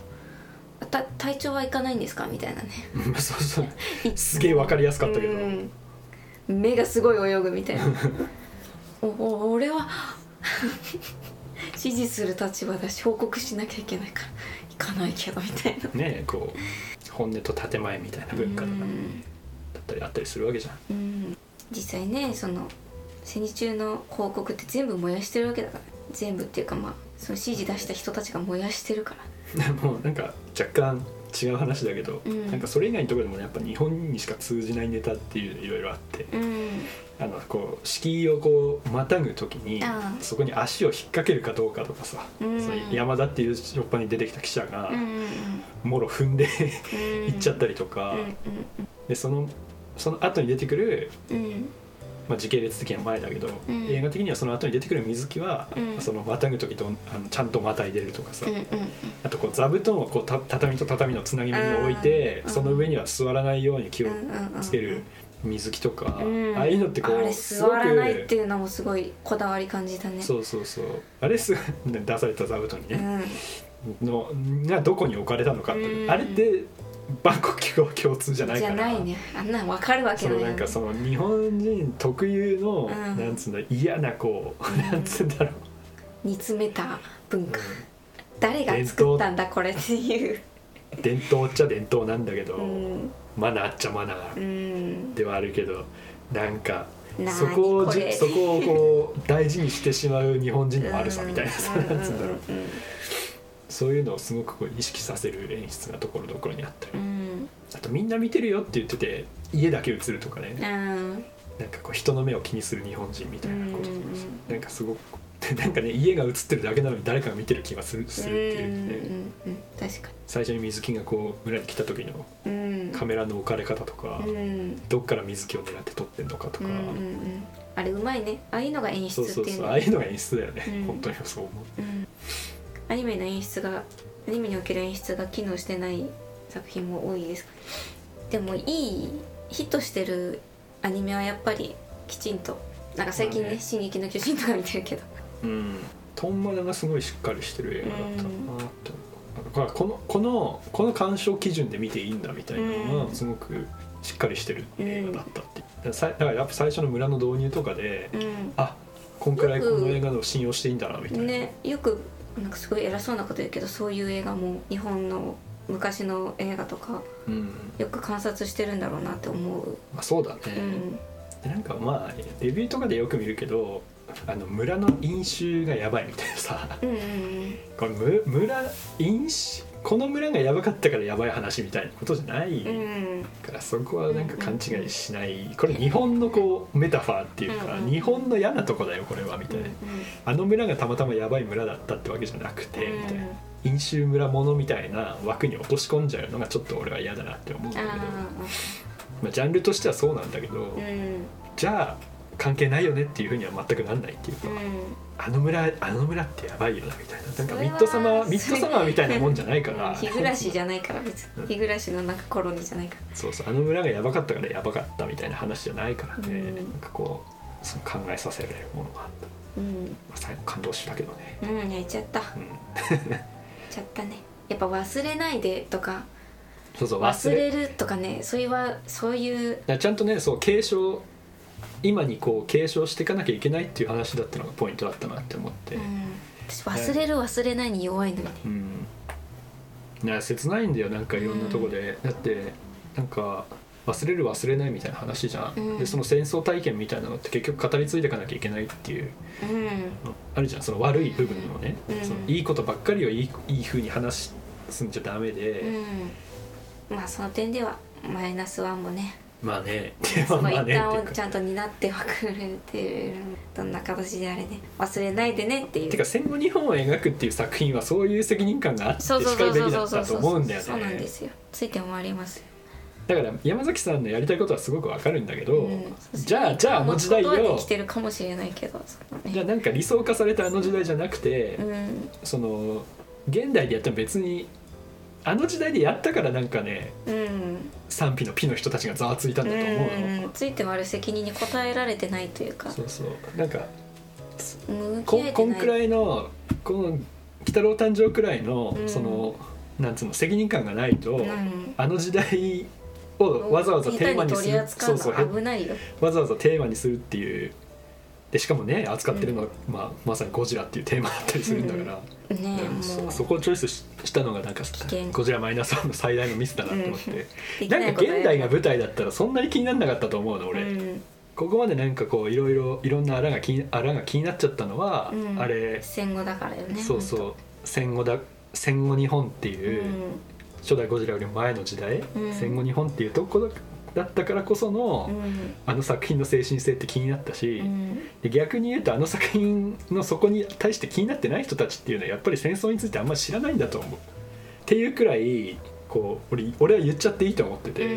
B: た体調はいかないんですかみたいなね
A: そうそうすげえわかりやすかったけど、
B: うん目がすごい泳ぐみたい なおお俺は 支持する立場だし報告しなきゃいけないから行かないけどみたいな
A: ねこう本音と建前みたいな文化だな
B: うん
A: だったりあったりするわけじゃん
B: うん実際ねその戦時中の広告って全部燃やしてるわけだから全部っていうかまあその指示出した人たちが燃やしてるから
A: でもなんか若干違う話だけど、
B: うん
A: なんかそれ以外のところでもやっぱ日本にしか通じないネタっていういろいろあって
B: うん
A: あのこう敷居をこうまたぐ時に
B: ああ
A: そこに足を引っ掛けるかどうかとかさ、
B: うん
A: その山田っていうしょっぱに出てきた記者が
B: うんうん
A: もろ踏んで
B: うん
A: 行っちゃったりとか、
B: うん
A: でそのその後に出てくる
B: うん
A: まあ、時系列的には前だけど、
B: うん
A: 映画的にはその後に出てくる水木は、
B: うん
A: そのまたぐ時とあのちゃんとまたいでるとかさ、
B: うんうん
A: あとこう座布団をこうた畳と畳のつなぎ目に置いて、
B: うん
A: その上には座らないように気を
B: うん
A: つける水木とか、
B: うん
A: ああいうのってこ
B: あ
A: う
B: れ
A: すご
B: 座らないって
A: く
B: いうのもすごいこだわり感じたね
A: そうそうそうあれす 出された座布団に
B: う
A: ね、
B: ん
A: のがどこに置かれたのかっていう、
B: うん
A: あれって万国旗は共通じゃない
B: じ
A: から
B: ゃないねあんなんわかるわ
A: そ
B: けない
A: の
B: よ
A: なん
B: ね
A: かその日本人特有の、
B: うん
A: なんつうんだ嫌なこう、
B: うん
A: なんつうんだろう、
B: 煮詰めた文化
A: う
B: 誰が作ったんだこれっていうん
A: 伝統っちゃ伝統なんだけど、
B: うん
A: マナーっちゃマナー
B: うん
A: ではあるけどなんか
B: なーに
A: そこを
B: こ
A: じ
B: れ
A: そこをこう大事にしてしまう日本人の悪さみたいな、
B: うん
A: そうなんつうんだろう、
B: うんうん
A: そういうのをすごくこう意識させる演出がところどころにあったり、
B: うん
A: あとみんな見てるよって言ってて家だけ映るとかね、
B: うん
A: なんかこう人の目を気にする日本人みたいなこう
B: うん
A: なんかすごく こうなんかね家が映ってるだけなのに誰かが見てる気がするするっていうね、
B: うんうんうん確か
A: 最初に水木がこう村に来た時の
B: にうん
A: カメラの置かれ方とか、
B: うん
A: どっから水木を狙って撮ってんのかと
B: う
A: か、
B: んうんうんあれうまいねああいうのが演
A: そ
B: 出
A: う
B: って
A: そう
B: いう
A: そう
B: の
A: ああいうのが演出だよね、
B: うん
A: 本当にそう思う
B: うんアニメの演出がアニメにおける演出が機能してない作品も多いですでもいいヒットしてるアニメはやっぱりきちんとなんか最近ね
A: まあね
B: 進撃の巨人」とか見てるけど
A: うん、トンマナがすごいしっかりしてる映画だったなって思う、このこのこの鑑賞基準で見ていいんだみたいなの
B: う
A: が
B: ん
A: すごくしっかりしてる映画だったっていう、だからさだからやっぱ最初の村の導入とかで、
B: うん
A: あこんくらいこ
B: よく
A: の映画の信用していいんだなみたいな、
B: ねよくなんかすごい偉そうなこと言うけどそういう映画も日本の昔の映画とか
A: うん
B: よく観察してるんだろうなって思う、
A: まあ、そうだね、
B: うん、
A: でなんかまあレビューとかでよく見るけどあの村の飲酒がやばいみたいなさ
B: うんうん
A: これむ村飲酒この村がやばかったからやばい話みたいなことじゃない、
B: うんうん
A: からそこはなんか勘違いしないこれ日本のこうメタファーっていうか
B: うんうん
A: 日本の嫌なとこだよこれはみたいなあの村がたまたまやばい村だったってわけじゃなくてみたいな飲酒村ものみたいな枠に落とし込んじゃうのがちょっと俺は嫌だなって思うんだけど
B: あ
A: まあジャンルとしてはそうなんだけど
B: あうん
A: じゃあ関係ないよねっていうふうには全くなんないっていうか
B: うん
A: あの村あの村ってやばいよなみたいななんか
B: それは
A: ミッドサマーミッドサマーみたいなもんじゃないか
B: う
A: ら
B: ん日暮らしじゃないから別
A: うん
B: に日暮らしの中コロニーじゃないか
A: そうそうあの村がやばかったからやばかったみたいな話じゃないからね、
B: うん
A: なんかこうその考えさせられるものがあった、ま
B: らうん
A: あ、最後感動したけどね、
B: うん泣いちゃった
A: うん、
B: ちゃったねやっぱ忘れないでとか
A: そうそう
B: 忘
A: 忘れ
B: れるとかねそういうはそうい
A: だ
B: う
A: からちゃんとねそう継承今にこう継承していかなきゃいけないっていう話だったのがポイントだったなって思って、
B: う
A: うん
B: ん私忘れる忘れないに弱いのにね
A: だから切ないんだよなんかいろんなとこで、だってなんか忘れる忘れないみたいな話じゃん、
B: うん
A: でその戦争体験みたいなのって結局語り継いでいかなきゃいけないっていう
B: うん
A: あるじゃんその悪い部分をね、
B: うん
A: そのいいことばっかりをいいいい風に話すんじゃダメで、
B: うんまあその点ではマイナスワンもね
A: まあね
B: そ の
A: まあ
B: 一
A: ね
B: 端を
A: っていう
B: ち
A: か
B: ゃんと担ってはくれてるどんな形であれね忘れないでねっていう
A: てか戦後日本を描くっていう作品はそういう責任感があってしか
B: そうそうそ
A: る
B: う
A: べ
B: そう
A: き
B: そ
A: だ
B: う
A: っ
B: そう
A: たと
B: そう
A: 思うんだよ
B: そうなんで
A: ね
B: すよついてもあります
A: だから山崎さんのやりたいことはすごくわかるんだけど、
B: うん
A: じゃあじゃああの時代
B: 持つことは
A: を
B: できてるかもしれないけどそのね
A: じゃあなんか理想化されたあの時代じゃなくて、
B: うん
A: その現代でやっても別にあの時代でやったからなんかね
B: うん
A: 賛否のピの人たちがざわついたんだと思うの。
B: うんついてもある責任に応えられてないというか
A: そうそうなんか
B: 向き
A: こ
B: 合え
A: こ
B: て
A: ん
B: ない
A: くらいのこの鬼太郎誕生くらいの、
B: うん
A: そのなんつうの責任感がないと、
B: うん
A: あの時代をわざわざテーマにす
B: 下手取り
A: る
B: 扱うのは危ないよ
A: わざわざテーマにするっていうでしかもね扱ってるのは、まあ、まさに「ゴジラ」っていうテーマだったりするんだから、
B: ねえ
A: なん
B: も
A: かそうそこをチョイスししたのがなんか
B: 険
A: 「ゴジラマイナスワンの最大のミスだなって思って、
B: でき
A: ないんか
B: ことやる
A: 現代が舞台だったらそんなに気にならなかったと思うの俺。
B: うん
A: ここまでなんかこういろいろいろんなあらが気にあらが気になっちゃったのは、
B: うん
A: あれ
B: 戦後だからよね
A: そうそう戦後だ戦後日本って
B: う
A: いう、
B: ん
A: 初代ゴジラよりも前の時代、
B: うん
A: 戦後日本っていうところだったからこその、
B: うん
A: あの作品の精神性って気になったし、
B: うん
A: で逆に言うとあの作品のそこに対して気になってない人たちっていうのはやっぱり戦争についてあんまり知らないんだと思う。っていうくらいこう俺俺は言っちゃっていいと思ってて、
B: うん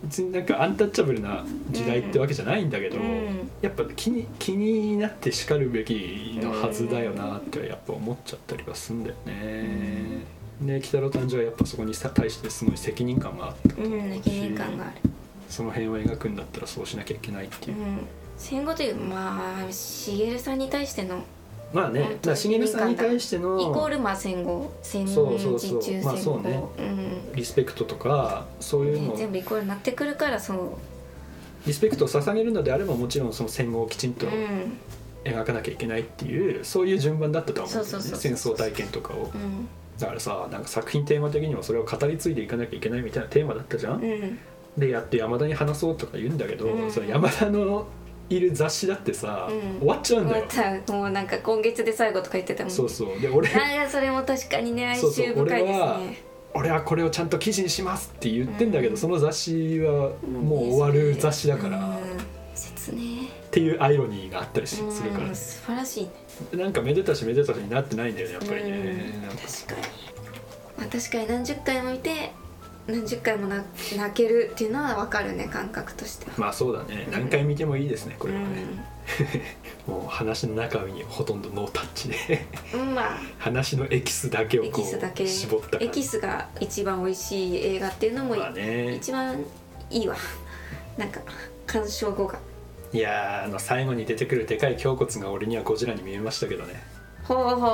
A: 別になんかアンタッチャブルな時代ってわけじゃないんだけど、
B: うん
A: やっぱ気に気になってしかるべきのはずだよなってやっぱ思っちゃったりはすんだよね。で鬼太郎誕生はやっぱそこにさ対してすごい責任感があったと
B: う
A: 思うんし
B: 責任感がある、
A: その辺を描くんだったらそうしなきゃいけないって
B: う
A: いう、
B: ん、戦後というまあ茂さんに対しての
A: まあね
B: 本当に
A: だからしげるさんに対して
B: イコー
A: の
B: ルまあ戦後戦
A: そうそう
B: 時
A: そう
B: 中
A: まあ
B: 戦
A: そう
B: 後
A: ね
B: うん
A: リスペクトとかそういう
B: ね
A: の
B: 全部イコールになってくるからそう
A: リスペクトを捧げるのであればもちろんその戦後をきちんと
B: うん
A: 描かなきゃいけないっていうそういう順番だったと思うんだ
B: そう
A: よ
B: そう
A: ね
B: そ
A: 戦
B: う
A: 争体験とかを
B: うん
A: だからさなんか作品テーマ的にもそれを語り継いでいかなきゃいけないみたいなテーマだったじゃん、
B: うん
A: でやって山田に話そうとか言うんだけど、
B: うん
A: その山田のいる雑誌だってさ、
B: うん
A: 終わっちゃうんだ
B: 終わ
A: よ
B: ったもうなんか今月で最後とか言ってたもん
A: そうそうで俺
B: ああそれも確かにね哀
A: そうそう
B: 愁深いです
A: 俺は
B: ね
A: 俺はこれをちゃんと記事にしますって言ってんだけど、
B: うん
A: その雑誌はもう終わる雑誌だから、
B: う
A: っ
B: ん切ね
A: ていうアイロニーがあったりし
B: うん
A: するから、
B: 素晴らしいね
A: なんかめでたしめでたしになってないんだよねやっぱりね、
B: うん
A: なんか
B: 確かに、まあ、確かに何十回も見て何十回もな泣けるっていうのは分かるね感覚としては
A: まあそうだね何回見てもいいですねこれはね、 もう話の中身にほとんどノータッチで
B: うん、うん、まあ
A: 話のエキスだけを
B: エ
A: こ
B: キスだけ
A: う絞った
B: エキスが一番美味しい映画っていうのも、
A: まあね
B: 一番いいわなんか鑑賞後が
A: いやーあの最後に出てくるでかい胸骨が俺にはゴジラに見えましたけどね、
B: ほうほうほうほう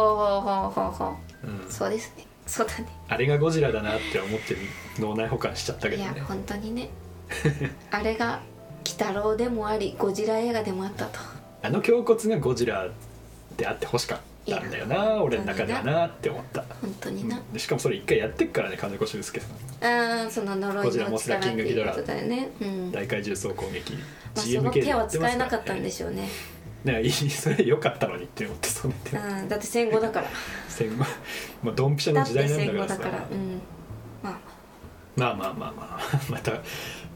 B: ほうほう
A: うん、
B: そうですねそうだね
A: あれがゴジラだなって思って脳内保管しちゃったけ
B: い
A: ど
B: や
A: ね
B: 本当にね あれが「鬼太郎」でもありゴジラ映画でもあったと
A: あの胸骨がゴジラであってほしかったんだよな俺の中ではなって思った、
B: 本当にな、
A: うんしかもそれ一回やってっからね金子俊介さん
B: あーその呪
A: ゴ
B: い
A: ジラ
B: の
A: モスラ
B: 力
A: キ
B: っ
A: ン
B: て
A: グギ
B: い
A: ド
B: う
A: ラ
B: ことだよね、うんま
A: 大怪獣総攻撃
B: あ、その
A: GMK
B: 手
A: でや
B: は
A: って
B: 使
A: ます
B: え
A: から
B: なかったんでしょう ね、
A: ねいいそれ良かったのにって思ってその手は
B: うん、だって戦後だから
A: 戦後まあドンピシャ
B: だ
A: の
B: っ
A: 時
B: て
A: 代なんだから
B: 戦後だ
A: さ
B: からうんまあ
A: まあまあまあまあまた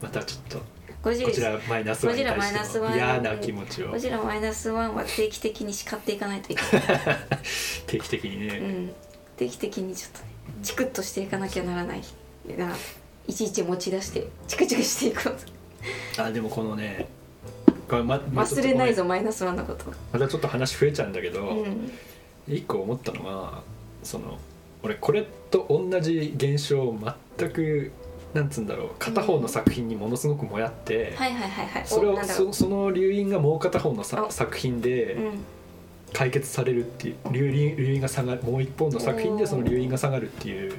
A: またちょっと
B: ゴジ
A: こち
B: ラ
A: らマイナスワンに
B: ゴジラマイナ
A: 対し
B: ス
A: て
B: ワン
A: の嫌な気持ちを
B: ゴジラマイナスワンは定期的に叱っていかないといけない、
A: 定期的に
B: う
A: ね、
B: ん、定期的にちょっとねチクッとしていかなきゃならないないちいち持ち出してチクチクしていこう
A: あでもこのねこれままあちょ
B: 忘
A: っと
B: れないぞマイナスワンのこと
A: またちょっと話増えちゃうんだけど、
B: うん
A: 一個思ったのはその俺これと同じ現象を全くなんつうんだろう片方の作品にものすごくもやって、
B: はいはいはいはい
A: それを
B: おなんだろう
A: そその留飲がもう片方のさ
B: あ
A: 作品で
B: うん
A: 解決されるっていう留飲留飲が下がるもう一方の作品でその留飲が下がるっていう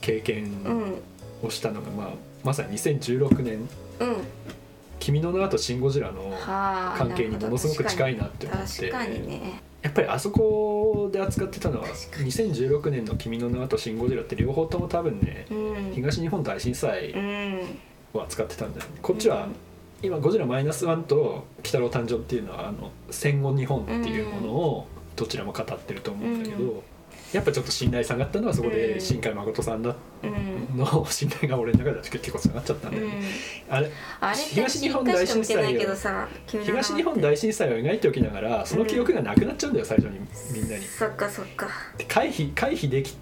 A: 経験
B: うん
A: をしたのが、まあ、まさに2016年
B: うん
A: 「君の名は」と「シン・ゴジラ」の
B: はあ
A: 関係にものすごく近
B: い
A: いなって思って
B: 確かにね
A: やっぱりあそこで扱ってたのは
B: 確か
A: 2016年の「君の名は」と「シン・ゴジラ」って両方とも多分ね
B: うん
A: 東日本大震
B: う
A: 災
B: ん
A: を扱ってたんだよねこっちは
B: うん
A: 今「ゴジラマイナスワンと「鬼太郎誕生」っていうのはあの戦後日本っていうものをどちらも語ってると思うんだけ
B: う
A: どやっぱちょっと信頼下がったのはそこ
B: う
A: で
B: ん
A: 新海誠さんだ
B: うん
A: の信頼が俺の中では結構下がっちゃったん
B: う
A: だよね
B: ん
A: あれ
B: あれって
A: 東
B: 私
A: 日
B: 一
A: 本
B: 回
A: 大
B: しか
A: 震
B: 見てないけ
A: 災
B: ど
A: を
B: さ君の名は
A: 東日本大震災を描いておきながらその記憶がなくなっちゃうんだよ最初にみんなに。
B: そっかそっか
A: で回避回避でき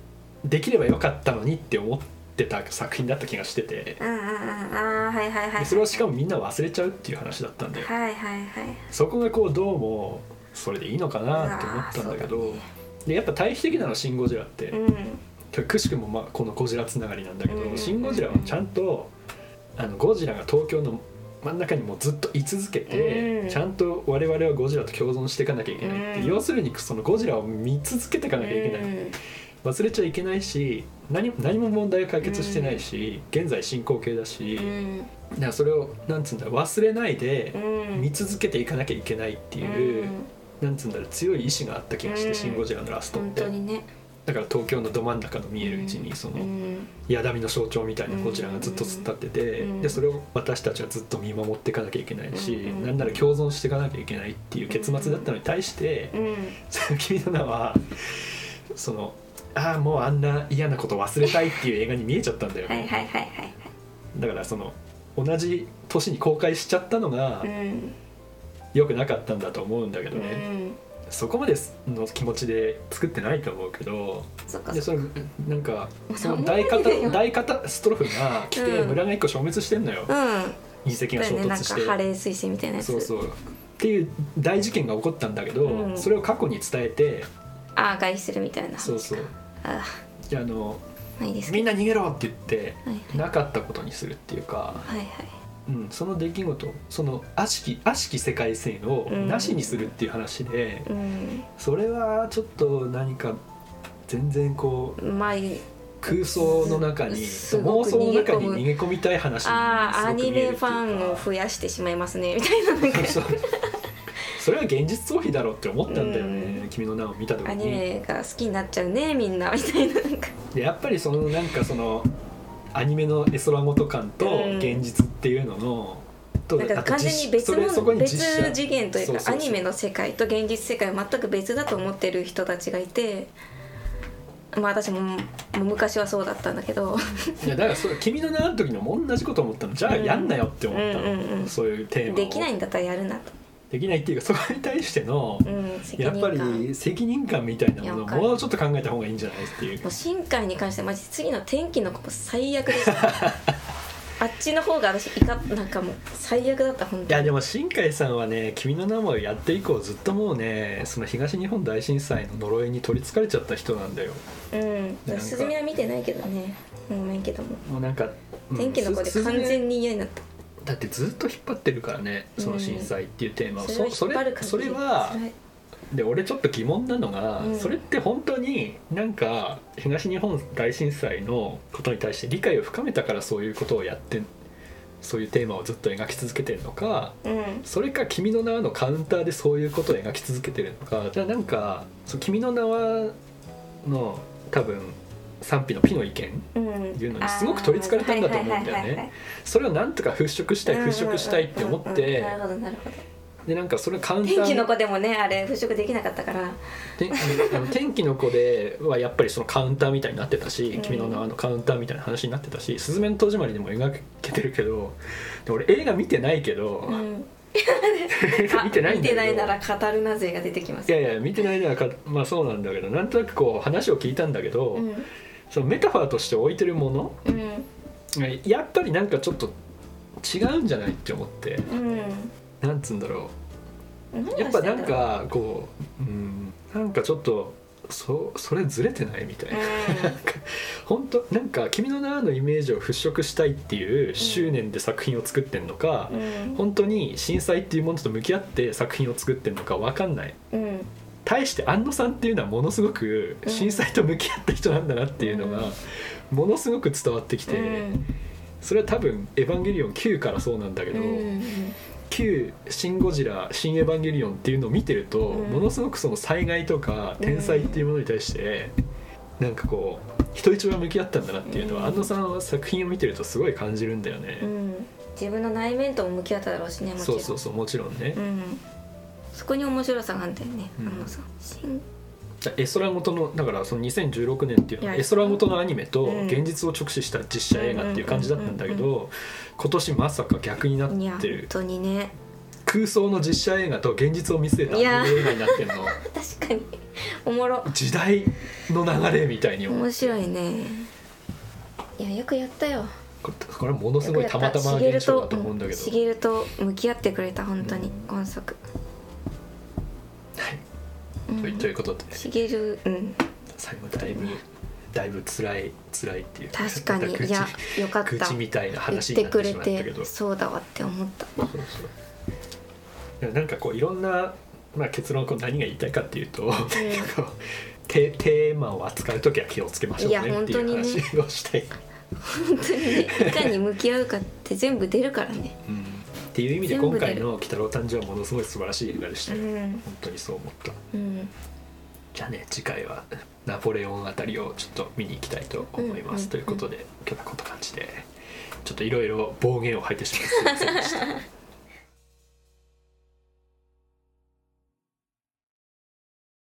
A: できればよかったのにって思ってた作品だった気がしてて
B: うんうんうんああはいはいはい
A: でそれをしかもみんな忘れちゃうっていう話だったんだよ
B: はいはいはい
A: そこがこうどうもそれでいいのかなって思ったんだけ
B: うわ
A: ど
B: ーそう
A: でやっぱ対比的なのは「シン・ゴジラ」って
B: だねうん
A: くしくもまあこのゴジラつながりなんだけ
B: う
A: ど「
B: ん
A: シン・ゴジラ」はちゃんとあのゴジラが東京の真ん中にもうずっと居続け
B: う
A: て
B: ん
A: ちゃんと我々はゴジラと共存していかなきゃいけないって
B: うん
A: 要するにそのゴジラを見続けていかなきゃいけない忘れちゃいけないし何何も問題が解決してないし、現在進行形だし、
B: う
A: だ
B: ん
A: からそれをなんつうんだろう忘れないで
B: うん
A: 見続けていかなきゃいけないっていう、なんつうんだろう強い意志があった気がして「
B: うん
A: シン・ゴジラ」のラストっ
B: 本
A: て
B: 当にね
A: だから東京のど真ん中の見えるうちにその
B: うん
A: 矢だみの象徴みたいなゴジラがずっと突っ立ってて、
B: うん
A: でそれを私たちはずっと見守っていかなきゃいけないし、
B: うん
A: なんなら共存していかなきゃいけないっていう結末だったのに対して。
B: うん
A: その君の名はそのああもうあんな嫌なこと忘れたいっていう映画に見えちゃったんだよ、
B: はいはいはいはい
A: だからその同じ年に公開しちゃったのが
B: はいうん
A: 良くなかったんだと思うんだけどね、
B: うん
A: そこまでの気持ちで作ってないと思うけど
B: そっか
A: でそのなんか
B: まあ
A: その
B: そんな
A: 大
B: もんだよ
A: 型大型ストロフが来て
B: うん
A: 村が一個消滅してんのよ、
B: うん
A: 隕石が衝
B: そうやねな
A: 突
B: ん
A: し
B: か
A: て。
B: ハレー彗星みたいなやつ
A: そうそうっていう大事件が起こったんだけど、
B: うん
A: それを過去に伝えて
B: ああ外出するみたいな
A: そうそう
B: あ
A: いやあの
B: あないです
A: み
B: け
A: ん
B: ど
A: な逃げろって言って
B: はいはい
A: なかったことにするっていうか、
B: はいはい
A: うん、その出来事その悪しき悪しき世界線を
B: うん
A: なしにするっていう話で、
B: う
A: それはちょっと何か全然こうん
B: まあ
A: 空想の中に
B: すご
A: 妄
B: く
A: 想の
B: 逃げ
A: 中
B: 込む
A: に逃げ込みたい話に
B: ああ
A: す
B: ア
A: ごく
B: ニ
A: 見え
B: メ
A: るっていう
B: フ
A: か
B: ァンを増やしてしまいますねみたいななんか
A: そうそうそれは現実逃避だろうって思ったんだよね、君の名を見た時
B: アニ
A: に。
B: メが好きになっちゃうねみんなみたいななんか
A: でやっぱりそのなんかそのアニメの絵空ごと感と
B: うん
A: 現実っていうのの、と
B: なん
A: あ
B: か
A: と
B: 完全に別
A: 実それそこ
B: の
A: に
B: 別
A: 実写
B: 次元という
A: そう
B: か
A: そう
B: ア
A: そう
B: ニメの世界と現実世界は全く別だと思ってる人たちがいてまあ私ももう昔はそうだったんだけど
A: いやだからそう君の名の時にも同じこと思ったのじゃあ
B: うん
A: やんなよって思ったの、
B: うんうんうん
A: そういうテーマを
B: できないんだったらやるなと、
A: できないっていうかそこに対しての、
B: うん、責
A: やっ
B: 任
A: ぱ
B: 感
A: り責任感みたいない
B: や
A: も
B: わ
A: の
B: かる
A: もうちょっと考えた方がいいんじゃないっていう
B: もう新海に関してマジ次の天気のこと最悪でした あっちの方が私いかなんかもう最悪だった本
A: い
B: 当
A: や
B: に
A: でも新海さんはね「君の名も」やって以降ずっともうねその東日本大震災の呪いに取りつかれちゃった人なんだよ
B: う
A: なん
B: ん
A: か
B: 鈴見は見てないけどねごめんけども
A: もうなんか、うん
B: 天気の子です
A: すず
B: 完
A: め
B: 全に嫌になった
A: だってずっと引っ張ってるからねその震災っていうテーマを、
B: それを
A: そそ
B: 引っ張る
A: れ
B: 感じ
A: それは
B: 辛い
A: で俺ちょっと疑問なのが、
B: うん
A: それって本当になんか東日本大震災のことに対して理解を深めたからそういうことをやってそういうテーマをずっと描き続けてるのか
B: うん
A: それか「君の名は」のカウンターでそういうことを描き続けてるのかじゃあなんか「そう君の名は」の多分賛否の「ピ」の意見
B: うん
A: いうのにすごく取り憑かれたんだと思うんだよね
B: はいはいはいはい
A: それをなんとか払拭したい払拭したいって思って。
B: うんうんうんなるほどなるほど
A: でなんかそれカウンター
B: 天気の子でもねあれ払拭できなかったから
A: てあの天気の子ではやっぱりそのカウンターみたいになってたし「
B: うん
A: 君の名は」のカウンターみたいな話になってたし「すずめの戸締まり」でも描けてるけどで俺映画見てないけど、
B: うんあ
A: 見てないんだ
B: 見
A: け
B: て
A: ど
B: ないなら語るなぜが出てきます
A: いやいや見てないならかまあそうなんだけどなんとなくこう話を聞いたんだけど、
B: うん
A: そのメタファーとして置いてるもの
B: うん
A: やっぱりなんかちょっと違うんじゃないって思ってなんつうんだろう
B: うん
A: やっぱなん
B: 何が
A: かこう、うん、なんかちょっとそそれずれてないみたいな、
B: うん
A: なんか本当なんか「君の名」のイメージを払拭したいっていう執念で作品を作ってんのか、
B: してんだろ
A: 本当に震災っていうものと向き合って作品を作ってんのか分かんない。
B: ううんうん
A: 対して安野さんっていうのはものすごく
B: うん
A: 震災と向き合った人なんだなっていうのがものすごく伝わってきて、それは多分「エヴァンゲリオン9」からそうなんだけ
B: うんう
A: ど、
B: ん
A: 旧シン・ゴジラシン・エヴァンゲリオンっていうのを見てると、
B: うん
A: ものすごくその災害とか天才っていうものに対して、なんかこう人一倍向き合ったんだなっていうのは、
B: うん
A: 安野さんは作品を見てるとすごい感じるんだよね
B: う、ん自分の内面とも向き合っただろうしねもちろ
A: そ
B: ん
A: うそうそうもちろんね、
B: うんそこに面白さがあるんだよね
A: うん
B: 安野さん新
A: 絵空事のだからその2016年っていうのはい絵
B: や
A: 空事のアニメと
B: うん
A: 現実を直視した実写映画っていう感じだったんだけ
B: うん
A: ど今年まさか逆にない
B: や
A: って
B: 本
A: る
B: 当にね
A: 空想の実写映画と現実を見据えたアニメ映画になってるの
B: 確かにおもろ
A: 時代の流れみたいに思
B: 面白いねいやよくやったよ
A: これこれはものすごいたまたま現象だと思うんだけど、
B: しげると向き合ってくれた本当
A: う
B: に、
A: ん
B: 今作
A: はい、
B: うん
A: といということで
B: しげるうん
A: 最後だいぶだいぶ辛い辛いっていう
B: 確かに
A: また愚
B: い
A: 痴
B: やよかった
A: 愚痴みたいな
B: 言っ
A: 話に
B: て
A: なっ
B: く
A: てし
B: れ
A: まったけ
B: て
A: どそう
B: そうだわって思った
A: そうでもなんかこういろんな、まあ、結論こう何が言いたいかっていうと、なんか こうテテーマを扱う時は気をつけましょう
B: いや
A: ねっ
B: 本
A: てい
B: 当
A: う
B: にね
A: 話をしたい、
B: 本当にねいかに向き合うかって全部出るからね
A: うん、っていう意味で今回の「鬼太郎誕生」はものすごい素晴らしい映画でした
B: う
A: よ、
B: ん
A: 本当にそう思った。
B: うん
A: じゃあね次回はナポレオンあたりをちょっと見に行きたいと思います、
B: うん
A: ということで今日はこんな感じでちょっといろいろ暴言を吐いてしまいすいませんでした